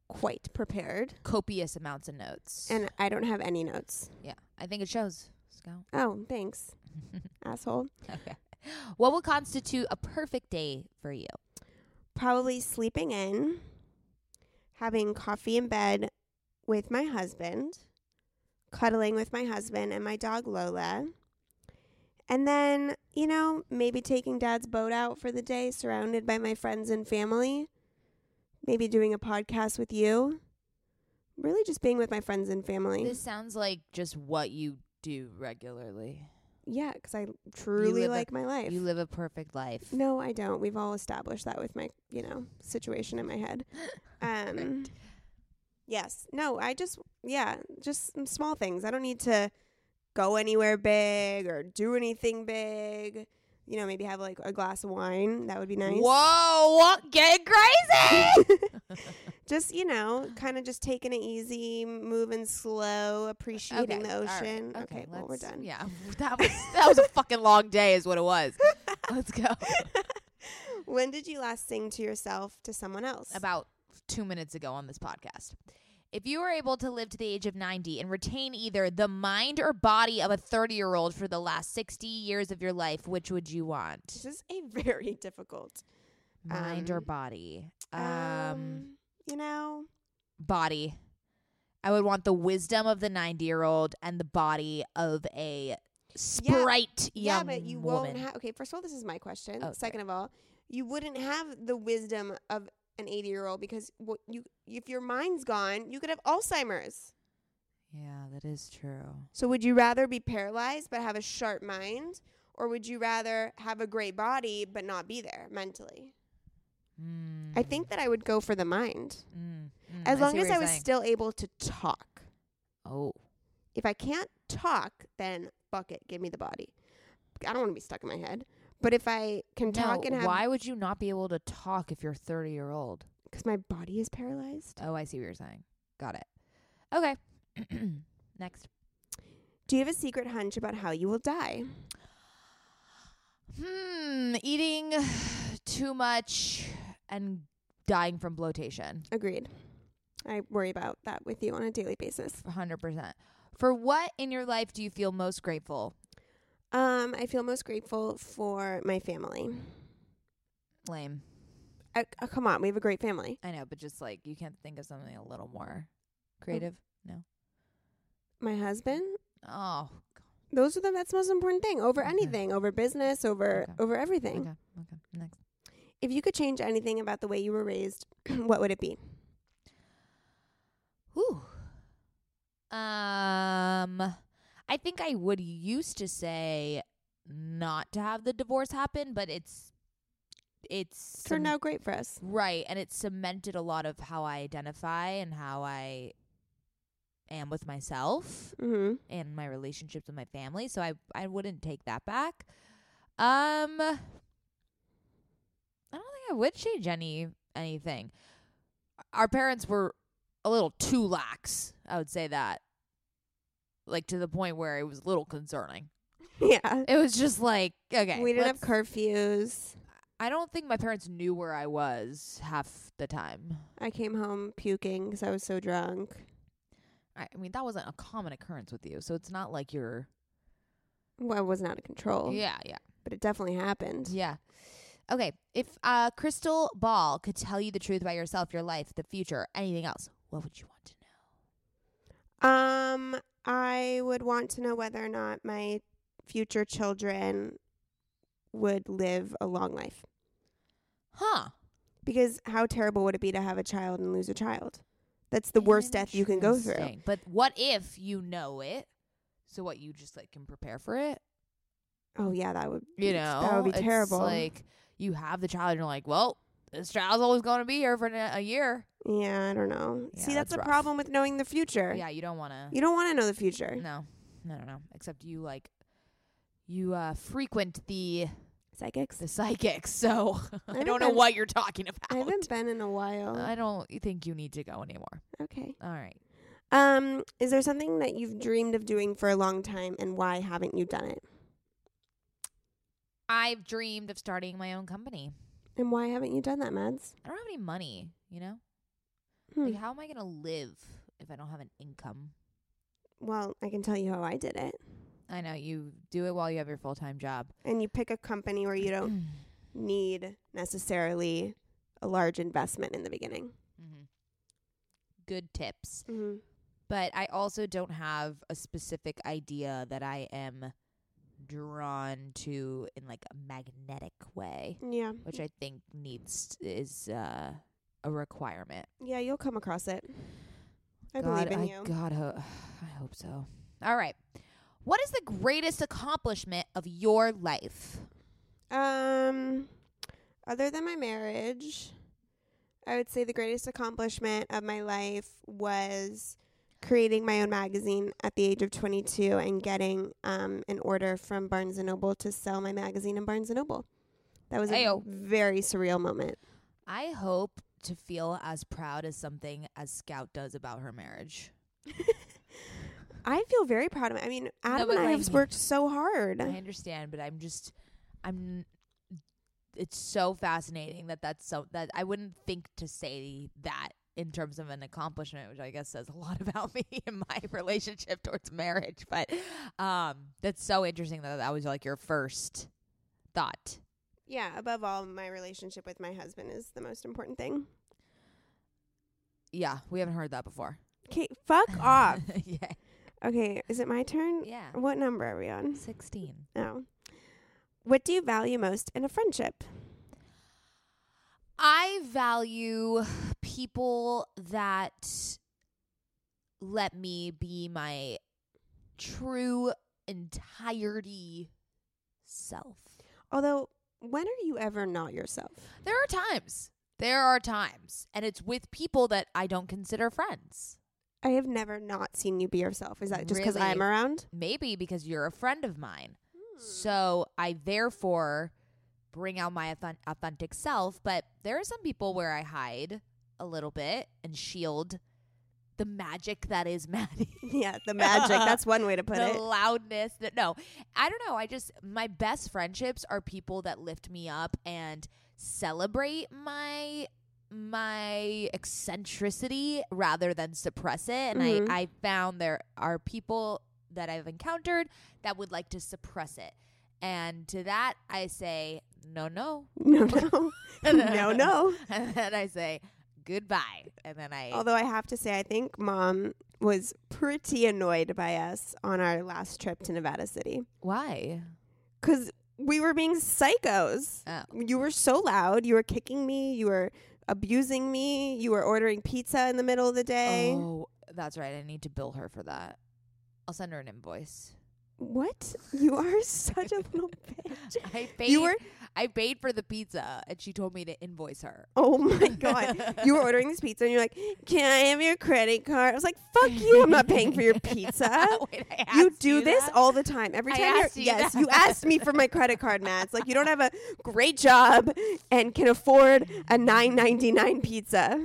Speaker 2: quite prepared,
Speaker 3: Copious amounts of notes,
Speaker 2: and I don't have any notes.
Speaker 3: yeah, I think it shows. Scout.
Speaker 2: Oh, thanks, asshole.
Speaker 3: okay. What will constitute a perfect day for you?
Speaker 2: Probably sleeping in, having coffee in bed with my husband, cuddling with my husband and my dog Lola. And then, you know, maybe taking dad's boat out for the day, surrounded by my friends and family. Maybe doing a podcast with you. Really just being with my friends and family.
Speaker 3: This sounds like just what you do regularly.
Speaker 2: yeah, because I truly
Speaker 3: live a-
Speaker 2: like my life.
Speaker 3: You live a perfect life.
Speaker 2: no, I don't. We've all established that with my, you know, situation in my head. Um, yes. No, I just, yeah, just some small things. I don't need to go anywhere big or do anything big. You know, maybe have like a glass of wine. That would be nice.
Speaker 3: Whoa, what? Get crazy.
Speaker 2: just you know, kind of just taking it easy, moving slow, appreciating the
Speaker 3: all right,
Speaker 2: ocean. Okay, well we're
Speaker 3: let's-
Speaker 2: done.
Speaker 3: Yeah, that was that was a fucking long day, is what it was. Let's go.
Speaker 2: When did you last sing to yourself to someone else?
Speaker 3: About two minutes ago on this podcast. If you were able to live to the age of 90 and retain either the mind or body of a 30 year old for the last 60 years of your life, which would you want?
Speaker 2: this is a very difficult.
Speaker 3: Mind or
Speaker 2: Um,
Speaker 3: body?
Speaker 2: Um,
Speaker 3: Um,
Speaker 2: you know,
Speaker 3: body. I would want the wisdom of the 90 year old and the body of a sprite
Speaker 2: yeah,
Speaker 3: young
Speaker 2: but you
Speaker 3: woman.
Speaker 2: won't have. Okay, first of all, this is my question.
Speaker 3: Oh,
Speaker 2: Second of all, you wouldn't have the wisdom of an eighty-year-old because what you if your mind's gone, you could have Alzheimer's.
Speaker 3: yeah, that is true.
Speaker 2: So would you rather be paralyzed but have a sharp mind, or would you rather have a great body but not be there mentally?
Speaker 3: Mm,
Speaker 2: I think that I would go for the mind.
Speaker 3: mm, mm,
Speaker 2: As
Speaker 3: see
Speaker 2: long
Speaker 3: what
Speaker 2: as
Speaker 3: you're
Speaker 2: I was
Speaker 3: saying.
Speaker 2: still able to talk.
Speaker 3: oh,
Speaker 2: If I can't talk, then fuck it, give me the body. I don't want to be stuck in my head. But if I can talk
Speaker 3: no,
Speaker 2: and have
Speaker 3: why would you not be able to talk if you're 30 year old?
Speaker 2: cuz my body is paralyzed.
Speaker 3: Oh, I see what you're saying. Got it. Okay. Next.
Speaker 2: Do you have a secret hunch about how you will die?
Speaker 3: Hmm. Eating too much and dying from bloatation.
Speaker 2: Agreed. I worry about that with you on a daily basis.
Speaker 3: 100%. For what in your life do you feel most grateful?
Speaker 2: Um, I feel most grateful for my family.
Speaker 3: Lame.
Speaker 2: Uh, uh, come on, we have a great family.
Speaker 3: I know, but just like you can't think of something a little more
Speaker 2: Mm.
Speaker 3: creative.
Speaker 2: My husband,
Speaker 3: Oh,
Speaker 2: those are the that's the most important thing over
Speaker 3: Okay.
Speaker 2: anything, over business, over
Speaker 3: Okay.
Speaker 2: over everything.
Speaker 3: okay. Okay. Next.
Speaker 2: If you could change anything about the way you were raised, what would it be?
Speaker 3: Whew. Um, I think I would used to say not to have the divorce happen, but it's it's
Speaker 2: Turned
Speaker 3: cem-
Speaker 2: out great for us.
Speaker 3: right, and it cemented a lot of how I identify and how I am with myself
Speaker 2: Mm-hmm.
Speaker 3: and my relationships with my family. So I I wouldn't take that back. Um, I don't think I would change any anything. Our parents were a little too lax. I would say that, like to the point where it was a little concerning.
Speaker 2: Yeah.
Speaker 3: It was just like okay,
Speaker 2: we didn't have
Speaker 3: let's-
Speaker 2: curfews.
Speaker 3: I don't think my parents knew where I was half the time.
Speaker 2: I came home puking 'cause I was so drunk.
Speaker 3: I, I mean, that wasn't a common occurrence with you, so it's not like you're.
Speaker 2: Well, I wasn't out of control,
Speaker 3: Yeah, yeah.
Speaker 2: but it definitely happened.
Speaker 3: Yeah. Okay. If uh, Crystal Ball could tell you the truth about yourself, your life, the future, anything else, what would you want to know?
Speaker 2: Um, I would want to know whether or not my future children would live a long life.
Speaker 3: Huh.
Speaker 2: Because how terrible would it be to have a child and lose a child? That's the worst death you can go through.
Speaker 3: Interesting. But what if you know it? So what you just like can prepare for it?
Speaker 2: Oh yeah, that would
Speaker 3: You
Speaker 2: be-
Speaker 3: know,
Speaker 2: that would be
Speaker 3: It's
Speaker 2: terrible.
Speaker 3: like you have the child, and you're like, well, this child's always going to be here for a a year.
Speaker 2: yeah, I don't know.
Speaker 3: Yeah,
Speaker 2: See, that's,
Speaker 3: that's
Speaker 2: the
Speaker 3: rough.
Speaker 2: problem with knowing the future.
Speaker 3: Yeah, you don't want to.
Speaker 2: You don't want to know the future.
Speaker 3: No, no, no, no. Except you like you uh frequent the
Speaker 2: Psychics.
Speaker 3: the psychics, so I,
Speaker 2: haven't
Speaker 3: don't know
Speaker 2: been-
Speaker 3: what you're talking about.
Speaker 2: I haven't been in a while.
Speaker 3: I don't e, think you need to go anymore.
Speaker 2: okay.
Speaker 3: All right.
Speaker 2: Um, is there something that you've dreamed of doing for a long time, and why haven't you done it?
Speaker 3: I've dreamed of starting my own company.
Speaker 2: And why haven't you done that, Mads?
Speaker 3: I don't have any money, you know?
Speaker 2: Hmm.
Speaker 3: Like, how am I going to live if I don't have an income?
Speaker 2: Well, I can tell you how I did it.
Speaker 3: I know you do it while you have your full time job.
Speaker 2: And you pick a company where you don't need necessarily a large investment in the beginning.
Speaker 3: Mhm. Good tips.
Speaker 2: Mm-hmm.
Speaker 3: But I also don't have a specific idea that I am drawn to in like a magnetic way,
Speaker 2: Yeah,
Speaker 3: which I think needs is uh, a requirement.
Speaker 2: yeah, you'll come across it. I
Speaker 3: God,
Speaker 2: believe in
Speaker 3: I,
Speaker 2: you.
Speaker 3: God, ho- I hope so. All right. What is the greatest accomplishment of your life?
Speaker 2: Um, other than my marriage, I would say the greatest accomplishment of my life was creating my own magazine at the age of 22 and getting um, an order from Barnes and Noble to sell my magazine in Barnes and Noble. That was a
Speaker 3: Ayo.
Speaker 2: very surreal moment.
Speaker 3: I hope to feel as proud as something as Scout does about her marriage.
Speaker 2: I feel very proud of it. I mean, Adam
Speaker 3: but
Speaker 2: and I
Speaker 3: like-
Speaker 2: have worked so hard.
Speaker 3: I understand, but I'm just, I'm. It's so fascinating that that's so that I wouldn't think to say that in terms of an accomplishment, which I guess says a lot about me and my relationship towards marriage. But um, that's so interesting that that was like your first thought.
Speaker 2: yeah, above all, my relationship with my husband is the most important thing.
Speaker 3: Yeah, we haven't heard that before.
Speaker 2: Okay, fuck
Speaker 3: Ah.
Speaker 2: off.
Speaker 3: yeah,
Speaker 2: Okay, is it my turn?
Speaker 3: yeah,
Speaker 2: What number are we on?
Speaker 3: sixteen.
Speaker 2: No. What do you value most in a friendship?
Speaker 3: I value people that let me be my true entirety self.
Speaker 2: Although, when are you ever not yourself?
Speaker 3: There are times. There are times. And it's with people that I don't consider friends.
Speaker 2: I have never not seen you be yourself. Is that just because
Speaker 3: Really?
Speaker 2: I'm around?
Speaker 3: Maybe because you're a friend of mine. So I therefore bring out my authen- authentic self. But there are some people where I hide a little bit and shield the magic that is Maddie.
Speaker 2: yeah, the magic. That's one way to put
Speaker 3: the
Speaker 2: it.
Speaker 3: loudness. The, no, I don't know. I just my best friendships are people that lift me up and celebrate my my eccentricity rather than suppress it. And
Speaker 2: Mhm.
Speaker 3: I I found there are people that I've encountered that would like to suppress it. And to that I say no, no,
Speaker 2: No, no. no, no.
Speaker 3: and then I say goodbye, and then I
Speaker 2: Although I have to say, I think mom was pretty annoyed by us on our last trip to Nevada City
Speaker 3: why
Speaker 2: because we were being psychos.
Speaker 3: oh.
Speaker 2: You were so loud. You were kicking me. You were abusing me. You were ordering pizza in the middle of the day.
Speaker 3: Oh, that's right. I need to bill her for that. I'll send her an invoice.
Speaker 2: What? You are such a little bitch.
Speaker 3: I paid.
Speaker 2: You were
Speaker 3: I paid for the pizza, and she told me to invoice her.
Speaker 2: oh my god. You were ordering this pizza and you're like, Can I have your credit card? I was like, Fuck you, I'm not paying for your pizza.
Speaker 3: Wait, I
Speaker 2: You
Speaker 3: asked
Speaker 2: do this
Speaker 3: that?
Speaker 2: all the time. Every
Speaker 3: I
Speaker 2: time you're
Speaker 3: asked you
Speaker 2: Yes,
Speaker 3: that.
Speaker 2: you asked me for my credit card, Matt. It's like you don't have a great job and can afford a nine ninety nine pizza.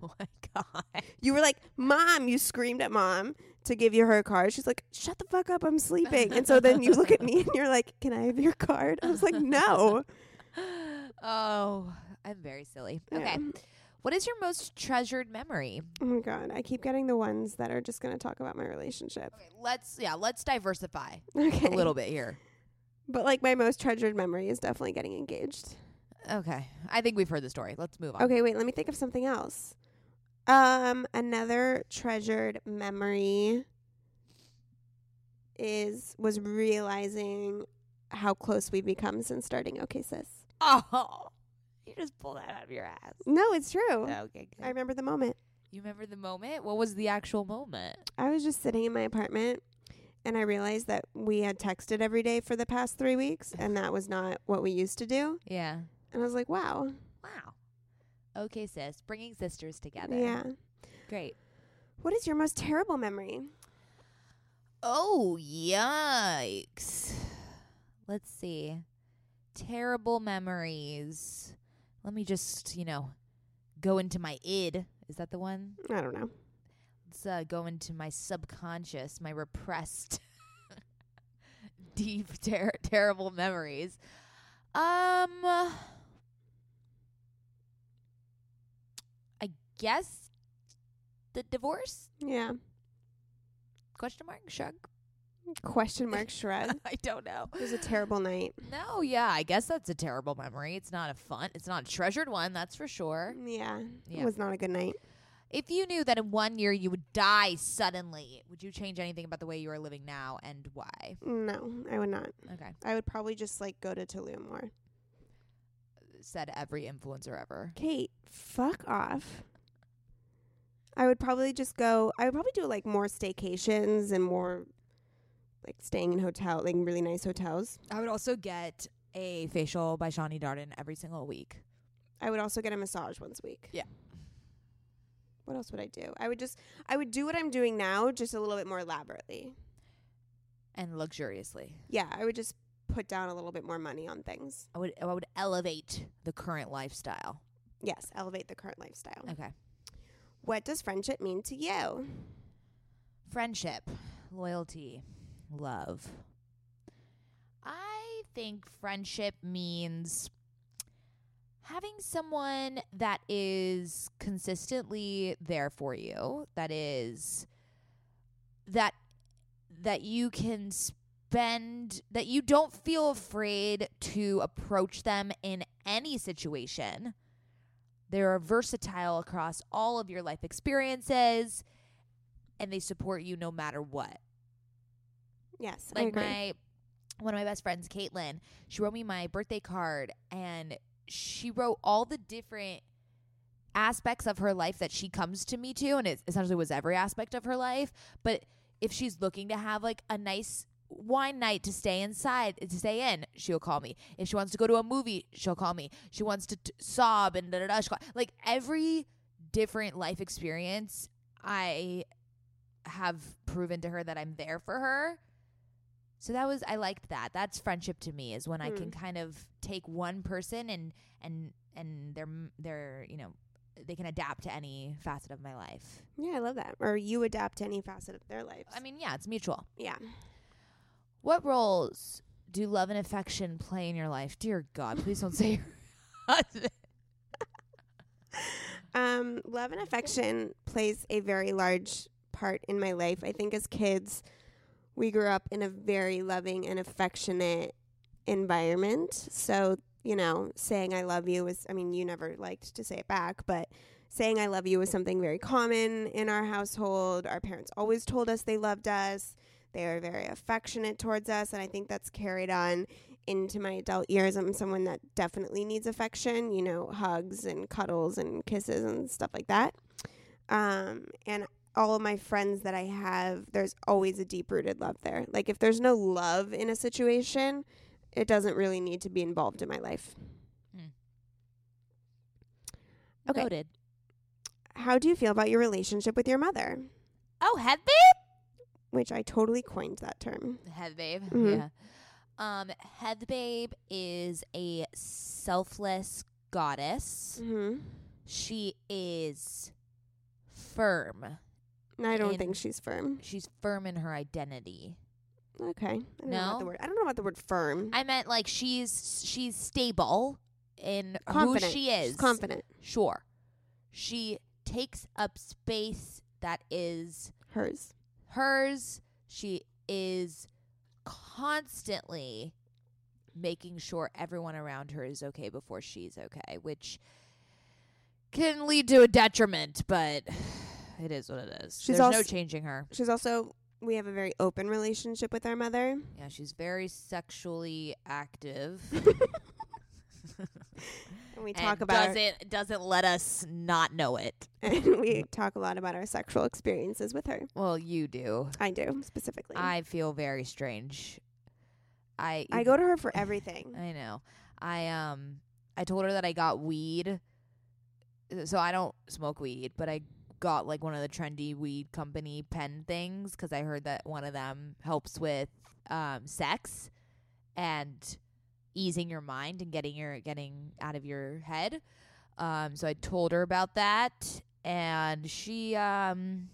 Speaker 3: Oh my god!
Speaker 2: You were like, Mom, you screamed at mom to give you her card. She's like, Shut the fuck up, I'm sleeping. And so then you look at me and you're like, Can I have your card? I was like, No.
Speaker 3: Oh, I'm very silly. Okay,
Speaker 2: Yeah.
Speaker 3: what is your most treasured memory?
Speaker 2: Oh my god, I keep getting the ones that are just going to talk about my relationship.
Speaker 3: Okay, let's yeah, let's diversify
Speaker 2: Okay.
Speaker 3: a little bit here.
Speaker 2: But like my most treasured memory is definitely getting engaged.
Speaker 3: Okay, I think we've heard the story. Let's move on.
Speaker 2: Okay, wait, let me think of something else. Um another treasured memory is was realizing how close we've become since starting Okay Sis.
Speaker 3: Oh, you just pulled that out of your ass.
Speaker 2: No, it's true.
Speaker 3: Okay, good.
Speaker 2: I remember the moment.
Speaker 3: you remember the moment? What was the actual moment?
Speaker 2: I was just sitting in my apartment and I realized that we had texted every day for the past 3 weeks and that was not what we used to do.
Speaker 3: Yeah.
Speaker 2: And I was like, "Wow."
Speaker 3: Wow. Okay, sis, bringing sisters together.
Speaker 2: Yeah.
Speaker 3: Great.
Speaker 2: What is your most terrible memory?
Speaker 3: Oh, yikes. Let's see. Terrible memories. Let me just, you know, go into my id. Is that the one?
Speaker 2: I don't know.
Speaker 3: Let's uh, go into my subconscious, my repressed, deep, ter- terrible memories. Um, I guess the divorce?
Speaker 2: Yeah.
Speaker 3: Question mark? Shrug?
Speaker 2: Question mark shrug.
Speaker 3: I don't know.
Speaker 2: It was a terrible night.
Speaker 3: No, yeah, I guess that's a terrible memory. It's not a fun, it's not a treasured one, that's for sure.
Speaker 2: Yeah.
Speaker 3: Yeah.
Speaker 2: It was not a good night.
Speaker 3: If you knew that in one year you would die suddenly, would you change anything about the way you are living now and why?
Speaker 2: No, I would not.
Speaker 3: Okay.
Speaker 2: I would probably just like go to Tulum more.
Speaker 3: Said every influencer ever.
Speaker 2: Kate, fuck off. I would probably just go I would probably do like more staycations and more like staying in hotel, like really nice hotels.
Speaker 3: I would also get a facial by Shawnee Darden every single week.
Speaker 2: I would also get a massage once a week.
Speaker 3: Yeah.
Speaker 2: What else would I do? I would just I would do what I'm doing now, just a little bit more elaborately.
Speaker 3: And luxuriously.
Speaker 2: Yeah, I would just put down a little bit more money on things.
Speaker 3: I would I would elevate the current lifestyle.
Speaker 2: Yes, elevate the current lifestyle.
Speaker 3: Okay.
Speaker 2: What does friendship mean to you?
Speaker 3: Friendship, loyalty, love. I think friendship means having someone that is consistently there for you, that is that that you can spend that you don't feel afraid to approach them in any situation. They are versatile across all of your life experiences and they support you no matter what.
Speaker 2: Yes, I
Speaker 3: Like
Speaker 2: agree.
Speaker 3: my one of my best friends, Caitlin, she wrote me my birthday card and she wrote all the different aspects of her life that she comes to me to and it essentially was every aspect of her life. But if she's looking to have like a nice wine night to stay inside to stay in she'll call me if she wants to go to a movie she'll call me she wants to t- sob and da da da she'll call- like every different life experience i have proven to her that i'm there for her so that was i liked that that's friendship to me is when i
Speaker 2: Hmm.
Speaker 3: can kind of take one person and and and they're they're you know they can adapt to any facet of my life
Speaker 2: yeah, I love that. Or you adapt to any facet of their lives.
Speaker 3: i mean yeah it's mutual
Speaker 2: yeah.
Speaker 3: What roles do love and affection play in your life? Dear God, please don't say your husband.
Speaker 2: Um, love and affection plays a very large part in my life. I think as kids, we grew up in a very loving and affectionate environment. So, you know, saying I love you was, I mean, you never liked to say it back, but saying I love you was something very common in our household. Our parents always told us they loved us. They were very affectionate towards us, and I think that's carried on into my adult years. I'm someone that definitely needs affection, you know, hugs and cuddles and kisses and stuff like that. Um, and all of my friends that I have, there's always a deep rooted love there. Like, if there's no love in a situation, it doesn't really need to be involved in my life. Okay.
Speaker 3: Noted.
Speaker 2: How do you feel about your relationship with your mother?
Speaker 3: Oh, head
Speaker 2: Which I totally coined that term.
Speaker 3: babe. Head babe.
Speaker 2: Mhm.
Speaker 3: Yeah. Um, head babe is a selfless goddess.
Speaker 2: Mm-hmm.
Speaker 3: She is firm.
Speaker 2: I don't
Speaker 3: In-
Speaker 2: think she's firm.
Speaker 3: She's firm in her identity.
Speaker 2: Okay. I don't know
Speaker 3: No?
Speaker 2: about the word. I don't know about the word firm.
Speaker 3: I meant like she's she's stable in who
Speaker 2: confident.
Speaker 3: she is.
Speaker 2: She's confident.
Speaker 3: Sure. She takes up space that is
Speaker 2: Hers.
Speaker 3: hers. She is constantly making sure everyone around her is okay before she's okay, which can lead to a detriment, but it is what it is.
Speaker 2: She's
Speaker 3: There's no
Speaker 2: als-
Speaker 3: changing her.
Speaker 2: She's also, we have a very open relationship with our mother.
Speaker 3: Yeah, she's very sexually active.
Speaker 2: And we
Speaker 3: and
Speaker 2: talk about
Speaker 3: doesn't doesn't let us not know it.
Speaker 2: and we talk a lot about our sexual experiences with her.
Speaker 3: Well, you do.
Speaker 2: I do specifically. I,
Speaker 3: I feel very strange. I
Speaker 2: go to her for everything.
Speaker 3: I know. I um I told her that I got weed. Uh, So I don't smoke weed, but I got like one of the trendy weed company pen things cuz I heard that one of them helps with um sex and easing your mind and getting your getting out of your head. Um so I told her about that and she um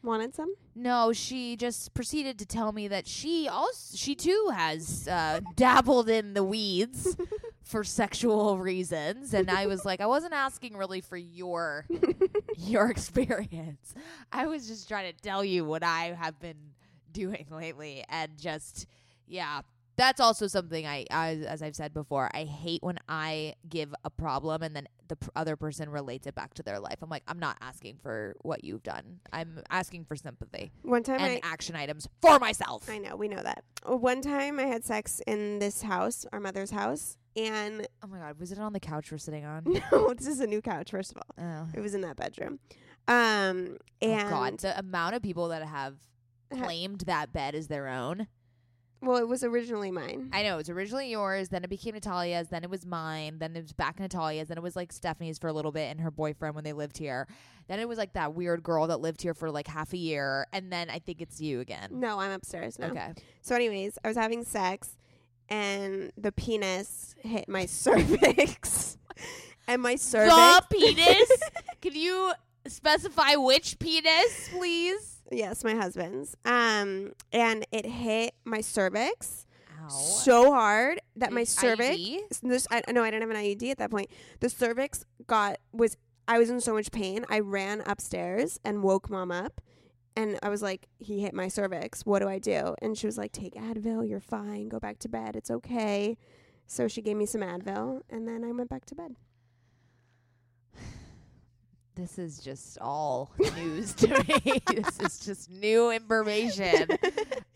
Speaker 2: Wanted some?
Speaker 3: no, she just proceeded to tell me that she also she too has uh, dabbled in the weeds for sexual reasons, and I was like, I wasn't asking really for your your experience. I was just trying to tell you what I have been doing lately, and just yeah. That's also something I, I, as I've said before, I hate when I give a problem and then the pr- other person relates it back to their life. I'm like, I'm not asking for what you've done. I'm asking for sympathy
Speaker 2: One time
Speaker 3: and
Speaker 2: I
Speaker 3: action items for myself.
Speaker 2: I know, we know that. One time I had sex in this house, our mother's house, and
Speaker 3: oh my god, was it on the couch we're sitting on?
Speaker 2: no, this is a new couch, first of all.
Speaker 3: oh.
Speaker 2: It was in that bedroom. Um and
Speaker 3: oh god, the amount of people that have
Speaker 2: Ha-
Speaker 3: claimed that bed is their own.
Speaker 2: Well, it was originally mine.
Speaker 3: I know it was originally yours, then it became Natalia's, then it was mine, then it was back Natalia's, then it was like Stephanie's for a little bit and her boyfriend when they lived here. Then it was like that weird girl that lived here for like half a year, and then I think it's you again.
Speaker 2: no, I'm upstairs now.
Speaker 3: Okay.
Speaker 2: So, anyways, I was having sex, and the penis hit my cervix, and my cervix.
Speaker 3: The penis. Can you specify which penis, please?
Speaker 2: yes, my husband's. Um, and it hit my cervix
Speaker 3: Ow.
Speaker 2: so hard that my
Speaker 3: An
Speaker 2: cervix.
Speaker 3: IUD?
Speaker 2: This, I no, I didn't have an IUD at that point. The cervix got was I was in so much pain. I ran upstairs and woke mom up, and I was like, "He hit my cervix. What do I do?" And she was like, "Take Advil. You're fine. Go back to bed. It's okay." So she gave me some Advil, and then I went back to bed.
Speaker 3: This is just all news to me. this is just new information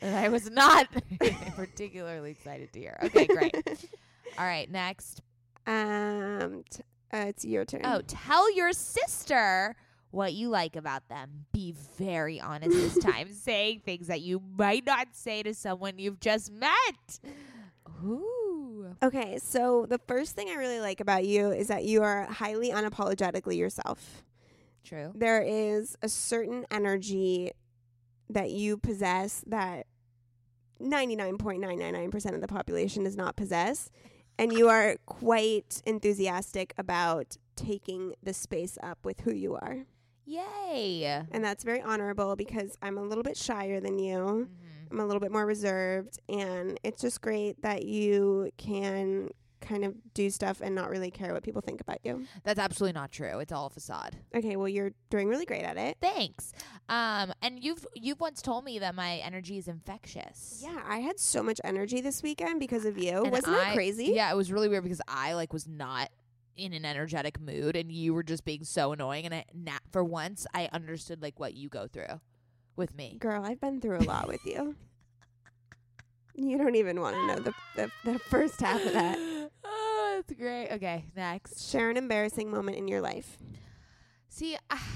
Speaker 3: that I was not particularly excited to hear. Okay, great. All right, next.
Speaker 2: Um, t- uh, it's your turn.
Speaker 3: Oh, tell your sister what you like about them. Be very honest this time, saying things that you might not say to someone you've just met. Ooh.
Speaker 2: Okay, so the first thing I really like about you is that you are highly unapologetically yourself.
Speaker 3: True.
Speaker 2: There is a certain energy that you possess that 99.999% of the population does not possess. And you are quite enthusiastic about taking the space up with who you are.
Speaker 3: Yay.
Speaker 2: And that's very honorable because I'm a little bit shyer than you.
Speaker 3: Mhm.
Speaker 2: I'm a little bit more reserved, and it's just great that you can kind of do stuff and not really care what people think about you.
Speaker 3: That's absolutely not true. It's all a facade.
Speaker 2: Okay, well, you're doing really great at it.
Speaker 3: Thanks. Um, and you've you've once told me that my energy is infectious.
Speaker 2: Yeah, I had so much energy this weekend because of you.
Speaker 3: And
Speaker 2: Oh, Wasn't that
Speaker 3: I-
Speaker 2: crazy?
Speaker 3: Yeah, it was really weird because I like was not in an energetic mood, and you were just being so annoying. And I, na for once, I understood like what you go through with me.
Speaker 2: Girl, I've been through a lot with you. You don't even want to know the, the, the first half of that.
Speaker 3: oh, that's great. Okay, next.
Speaker 2: Share an embarrassing moment in your life.
Speaker 3: See, ah,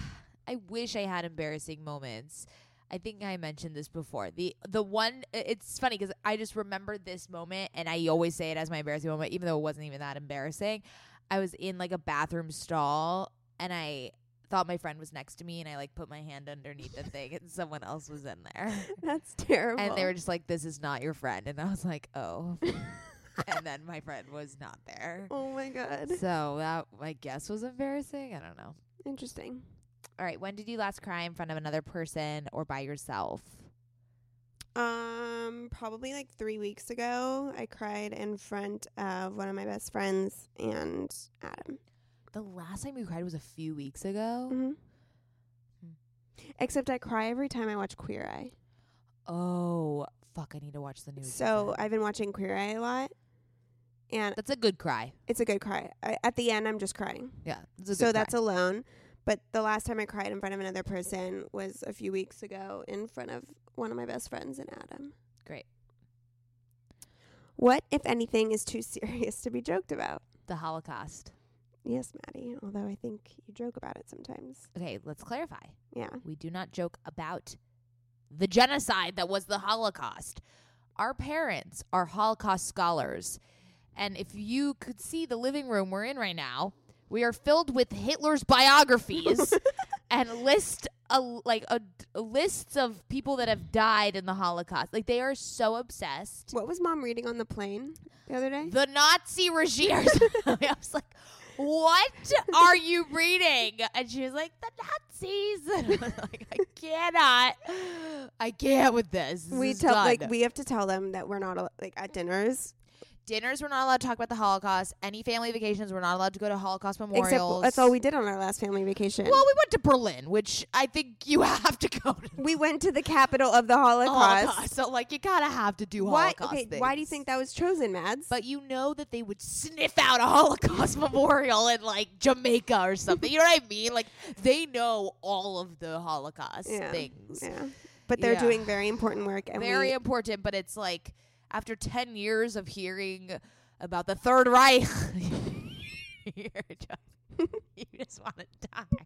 Speaker 3: I wish I had embarrassing moments. I think I mentioned this before. The the one i- it's funny because I just remember this moment, and I always say it as my embarrassing moment, even though it wasn't even that embarrassing. I was in like a bathroom stall, and I thought my friend was next to me, and I like put my hand underneath the thing, and someone else was in there.
Speaker 2: That's terrible.
Speaker 3: And they were just like, "This is not your friend," and I was like, "Oh." and then my friend was not there.
Speaker 2: oh my God.
Speaker 3: So that I guess was embarrassing. I don't know.
Speaker 2: Interesting.
Speaker 3: All right, when did you last cry in front of another person or by yourself?
Speaker 2: Um, probably like three weeks ago, I cried in front of one of my best friends and Adam.
Speaker 3: The last time you cried was a few weeks ago.
Speaker 2: hmm Except I cry every time I watch Queer Eye.
Speaker 3: Oh, fuck, I need to watch the news.
Speaker 2: So
Speaker 3: again.
Speaker 2: I've been watching Queer Eye a lot, and
Speaker 3: that's a good cry.
Speaker 2: it's a good cry. I, at the end, I'm just crying.
Speaker 3: Yeah. That's a
Speaker 2: so
Speaker 3: good
Speaker 2: that's
Speaker 3: cry.
Speaker 2: alone. But the last time I cried in front of another person was a few weeks ago in front of one of my best friends and Adam.
Speaker 3: Great.
Speaker 2: What, if anything, is too serious to be joked about?
Speaker 3: the Holocaust.
Speaker 2: Yes, Maddie. Although I think you joke about it sometimes.
Speaker 3: Okay, let's clarify.
Speaker 2: Yeah.
Speaker 3: We do not joke about the genocide that was the Holocaust. Our parents are Holocaust scholars. And if you could see the living room we're in right now, we are filled with Hitler's biographies and list a, like a, a lists of people that have died in the Holocaust. Like they are so obsessed.
Speaker 2: What was mom reading on the plane the other day?
Speaker 3: The Nazi regime. or something. I was like, "What are you reading?" And she was like, "The Nazis." And I was like, "I cannot. I can't with this." This
Speaker 2: we
Speaker 3: is
Speaker 2: tell like
Speaker 3: done."
Speaker 2: we have to tell them that we're not al- like at dinners
Speaker 3: dinners. We're not allowed to talk about the Holocaust. Any family vacations. We're not allowed to go to Holocaust memorials.
Speaker 2: except that's all we did on our last family vacation.
Speaker 3: Well, we went to Berlin, which I think you have to go to.
Speaker 2: we went to the capital of the Holocaust.
Speaker 3: Holocaust. So, like, you gotta have to do
Speaker 2: Why?
Speaker 3: Holocaust.
Speaker 2: okay, why do you
Speaker 3: things.
Speaker 2: think that was chosen, Mads?
Speaker 3: But you know that they would sniff out a Holocaust memorial in like Jamaica or something. You know what I mean? Like they know all of the Holocaust
Speaker 2: Yeah.
Speaker 3: things.
Speaker 2: yeah, but they're
Speaker 3: Yeah.
Speaker 2: doing very important work, and
Speaker 3: Very
Speaker 2: we,
Speaker 3: important, but it's like after 10 years of hearing about the Third Reich, you're just, you just want to die.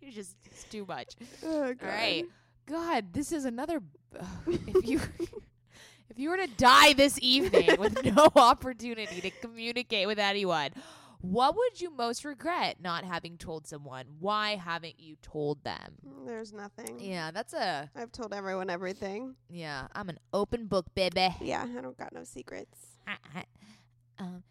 Speaker 3: You just it's too much.
Speaker 2: Oh,
Speaker 3: All
Speaker 2: God.
Speaker 3: right. God, this is another if you If you were to die this evening with no opportunity to communicate with anyone, what would you most regret not having told someone? Why haven't you told them?
Speaker 2: There's nothing.
Speaker 3: Yeah, that's a
Speaker 2: I've told everyone everything.
Speaker 3: yeah. I'm an open book, baby.
Speaker 2: Yeah, I don't got no secrets.
Speaker 3: I- I- um,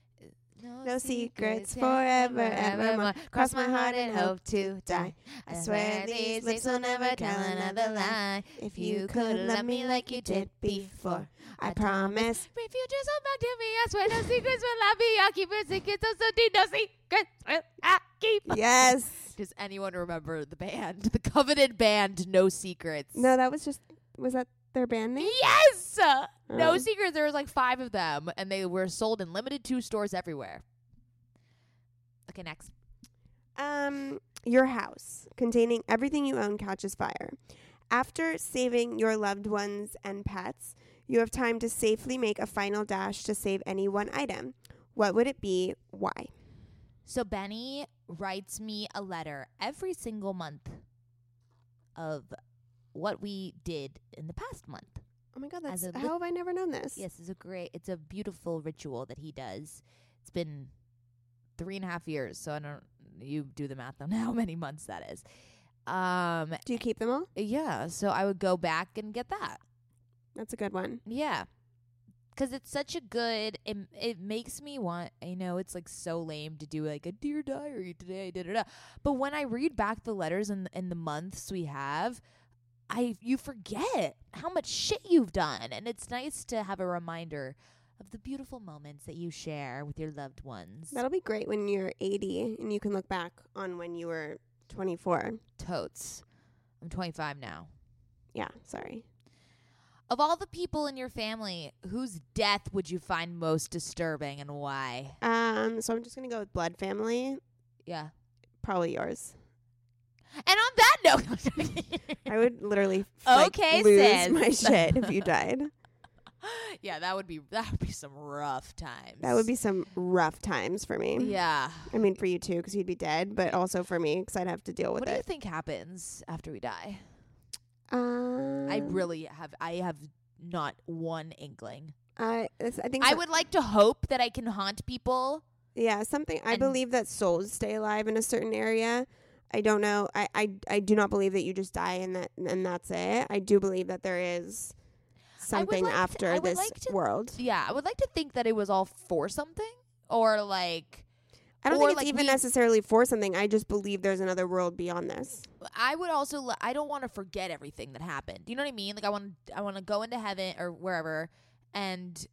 Speaker 3: no,
Speaker 2: No secrets forever, evermore.
Speaker 3: Cross my heart and hope
Speaker 2: to
Speaker 3: die. I swear these lips will never tell another lie.
Speaker 2: If you could love me like you did before, I promise.
Speaker 3: If you just hold back to me, I swear no secrets will I be. I'll keep your secrets, so so deep, no secrets will I keep.
Speaker 2: Yes.
Speaker 3: Does anyone remember the band, the coveted band, No Secrets?
Speaker 2: No, that was just was that their band name?
Speaker 3: Yes. No
Speaker 2: Oh.
Speaker 3: secrets. There was like five of them, and they were sold in limited to stores everywhere. Okay, next.
Speaker 2: Um, your house containing everything you own catches fire. After saving your loved ones and pets, you have time to safely make a final dash to save any one item. What would it be? Why?
Speaker 3: So Benny writes me a letter every single month of what we did in the past month.
Speaker 2: Oh my god,
Speaker 3: As
Speaker 2: that's
Speaker 3: a lit-
Speaker 2: how have I never known this?
Speaker 3: Yes, it's a great, it's a beautiful ritual that he does. It's been three and a half years, so I don't. You do the math on how many months that is. Um,
Speaker 2: Do you keep them all?
Speaker 3: yeah. So I would go back and get that.
Speaker 2: That's a good one.
Speaker 3: Yeah. Cause it's such a good. It, it makes me want. I know it's like so lame to do like a dear diary today, da da da. But when I read back the letters and and the months we have, I you forget how much shit you've done, and it's nice to have a reminder of the beautiful moments that you share with your loved ones.
Speaker 2: That'll be great when you're 80 and you can look back on when you were 24.
Speaker 3: Totes. I'm 25 now.
Speaker 2: Yeah, sorry.
Speaker 3: Of all the people in your family, whose death would you find most disturbing and why?
Speaker 2: Um, so I'm just gonna go with blood family.
Speaker 3: Yeah.
Speaker 2: Probably yours.
Speaker 3: And on that note,
Speaker 2: I would literally like,
Speaker 3: Okay,
Speaker 2: lose
Speaker 3: sis.
Speaker 2: my shit if you died.
Speaker 3: yeah, that would be that would be some rough times.
Speaker 2: That would be some rough times for me.
Speaker 3: yeah.
Speaker 2: I mean, for you too, because you'd be dead, but also for me, because I'd have to deal with
Speaker 3: What do you
Speaker 2: it.
Speaker 3: think happens after we die?
Speaker 2: Um,
Speaker 3: I really have I have not one inkling.
Speaker 2: I, it's- I think
Speaker 3: I
Speaker 2: so-
Speaker 3: would like to hope that I can haunt people.
Speaker 2: Yeah, something. I
Speaker 3: And-
Speaker 2: believe that souls stay alive in a certain area. I don't know. I, I, I do not believe that you just die and that and that's it. I do believe that there is
Speaker 3: I would
Speaker 2: something
Speaker 3: like to- I
Speaker 2: after
Speaker 3: would
Speaker 2: this
Speaker 3: like to-
Speaker 2: world.
Speaker 3: Yeah, I would like to think that it was all for something or like
Speaker 2: I don't
Speaker 3: Or
Speaker 2: think it's
Speaker 3: like
Speaker 2: even
Speaker 3: we-
Speaker 2: necessarily for something. I just believe there's another world beyond this.
Speaker 3: I would also li- I don't want to forget everything that happened. You know what I mean? Like I want I want to go into heaven or wherever and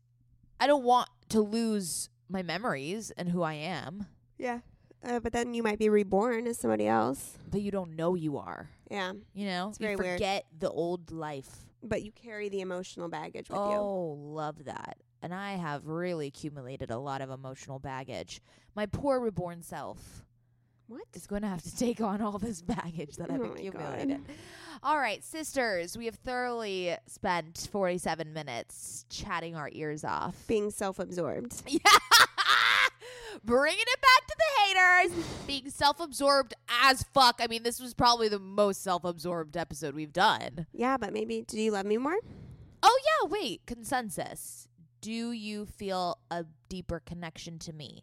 Speaker 3: I don't want to lose my memories and who I am,
Speaker 2: Yeah. Uh, but then you might be reborn as somebody else.
Speaker 3: but you don't know you are.
Speaker 2: Yeah.
Speaker 3: You know,
Speaker 2: It's very
Speaker 3: you
Speaker 2: weird.
Speaker 3: forget the old life.
Speaker 2: But you carry the emotional baggage with you.
Speaker 3: Oh, love that. And I have really accumulated a lot of emotional baggage. My poor reborn self
Speaker 2: What?
Speaker 3: is going to have to take on all this baggage that I've
Speaker 2: Oh my
Speaker 3: accumulated. All right, sisters, we have thoroughly spent 47 minutes chatting our ears off.
Speaker 2: Being self absorbed.
Speaker 3: Yeah. Bringing it back to the haters, being self absorbed as fuck. I mean, this was probably the most self absorbed episode we've done.
Speaker 2: Yeah, but maybe do you love me more?
Speaker 3: Oh, yeah, wait. Consensus. Do you feel a deeper connection to me?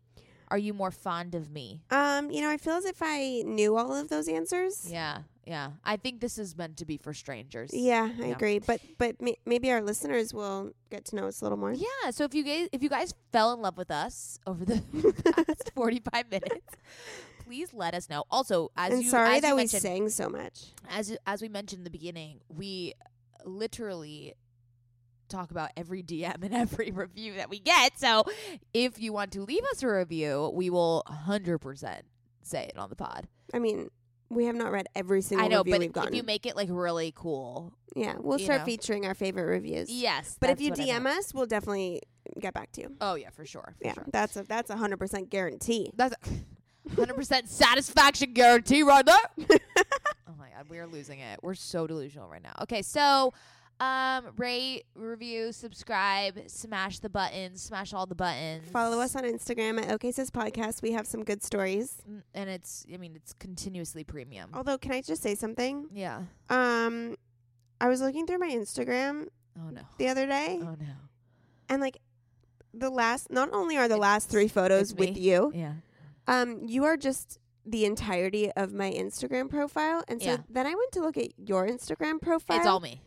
Speaker 3: Are you more fond of me?
Speaker 2: Um, you know, I feel as if I knew all of those answers.
Speaker 3: Yeah, yeah. I think this is meant to be for strangers.
Speaker 2: Yeah, I
Speaker 3: Yeah.
Speaker 2: agree. But but ma- maybe our listeners will get to know us a little more.
Speaker 3: Yeah, so if you guys if you guys fell in love with us over the past 45 minutes, please let us know. Also, as
Speaker 2: and
Speaker 3: you
Speaker 2: sorry
Speaker 3: as
Speaker 2: that
Speaker 3: you
Speaker 2: we
Speaker 3: mentioned,
Speaker 2: sang so much.
Speaker 3: as as we mentioned in the beginning, we literally talk about every DM and every review that we get. So if you want to leave us a review, we will 100% say it on the pod.
Speaker 2: I mean, we have not read every single
Speaker 3: I know,
Speaker 2: review
Speaker 3: but
Speaker 2: we've
Speaker 3: if
Speaker 2: gotten.
Speaker 3: you make it like really cool.
Speaker 2: yeah, we'll
Speaker 3: you
Speaker 2: start
Speaker 3: know.
Speaker 2: featuring our favorite reviews.
Speaker 3: Yes.
Speaker 2: but if
Speaker 3: that's
Speaker 2: you
Speaker 3: what I
Speaker 2: DM
Speaker 3: meant.
Speaker 2: us, we'll definitely get back to you.
Speaker 3: Oh yeah, for sure. For
Speaker 2: Yeah,
Speaker 3: sure.
Speaker 2: that's a that's a hundred percent guarantee.
Speaker 3: That's a 100% satisfaction guarantee right there. oh my god, we are losing it. We're so delusional right now. Okay, so um rate, review, subscribe, smash the buttons, smash all the buttons.
Speaker 2: Follow us on Instagram at OK Sis Podcast. We have some good stories.
Speaker 3: Mm, and it's I mean, it's continuously premium.
Speaker 2: Although, can I just say something?
Speaker 3: Yeah.
Speaker 2: Um, I was looking through my Instagram
Speaker 3: Oh no.
Speaker 2: the other day,
Speaker 3: Oh no.
Speaker 2: and like the last not only are the last three photos
Speaker 3: it's
Speaker 2: with
Speaker 3: me.
Speaker 2: you,
Speaker 3: Yeah.
Speaker 2: um, you are just the entirety of my Instagram profile. And so
Speaker 3: Yeah.
Speaker 2: then I went to look at your Instagram profile
Speaker 3: It's all me.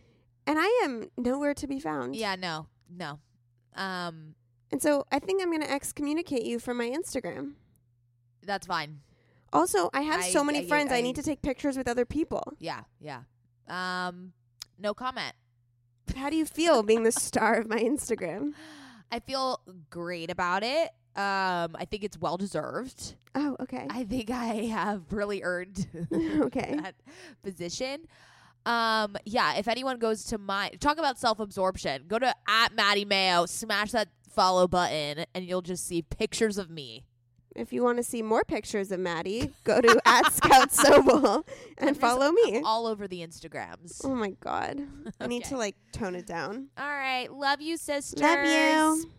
Speaker 2: and I am nowhere to be found.
Speaker 3: Yeah, no. No. Um
Speaker 2: And so I think I'm gonna excommunicate you from my Instagram.
Speaker 3: that's fine.
Speaker 2: Also, I have
Speaker 3: I-
Speaker 2: so many
Speaker 3: I-
Speaker 2: friends. I,
Speaker 3: I-
Speaker 2: need to take pictures with other people.
Speaker 3: Yeah, yeah. Um no comment.
Speaker 2: How do you feel being the star of my Instagram?
Speaker 3: I feel great about it. Um I think it's well deserved.
Speaker 2: Oh, okay.
Speaker 3: I think I have really earned
Speaker 2: okay.
Speaker 3: that position. Um, yeah, if anyone goes to my talk about self absorption, go to at Maddie Mayo, smash that follow button, and you'll just see pictures of me.
Speaker 2: If you want to see more pictures of Maddie, go to at Scout
Speaker 3: I'm
Speaker 2: Sobel and
Speaker 3: just-
Speaker 2: follow me.
Speaker 3: I'm all over the Instagrams.
Speaker 2: Oh my God. I need
Speaker 3: Okay.
Speaker 2: to like tone it down.
Speaker 3: All right. Love you, sisters.
Speaker 2: Love you.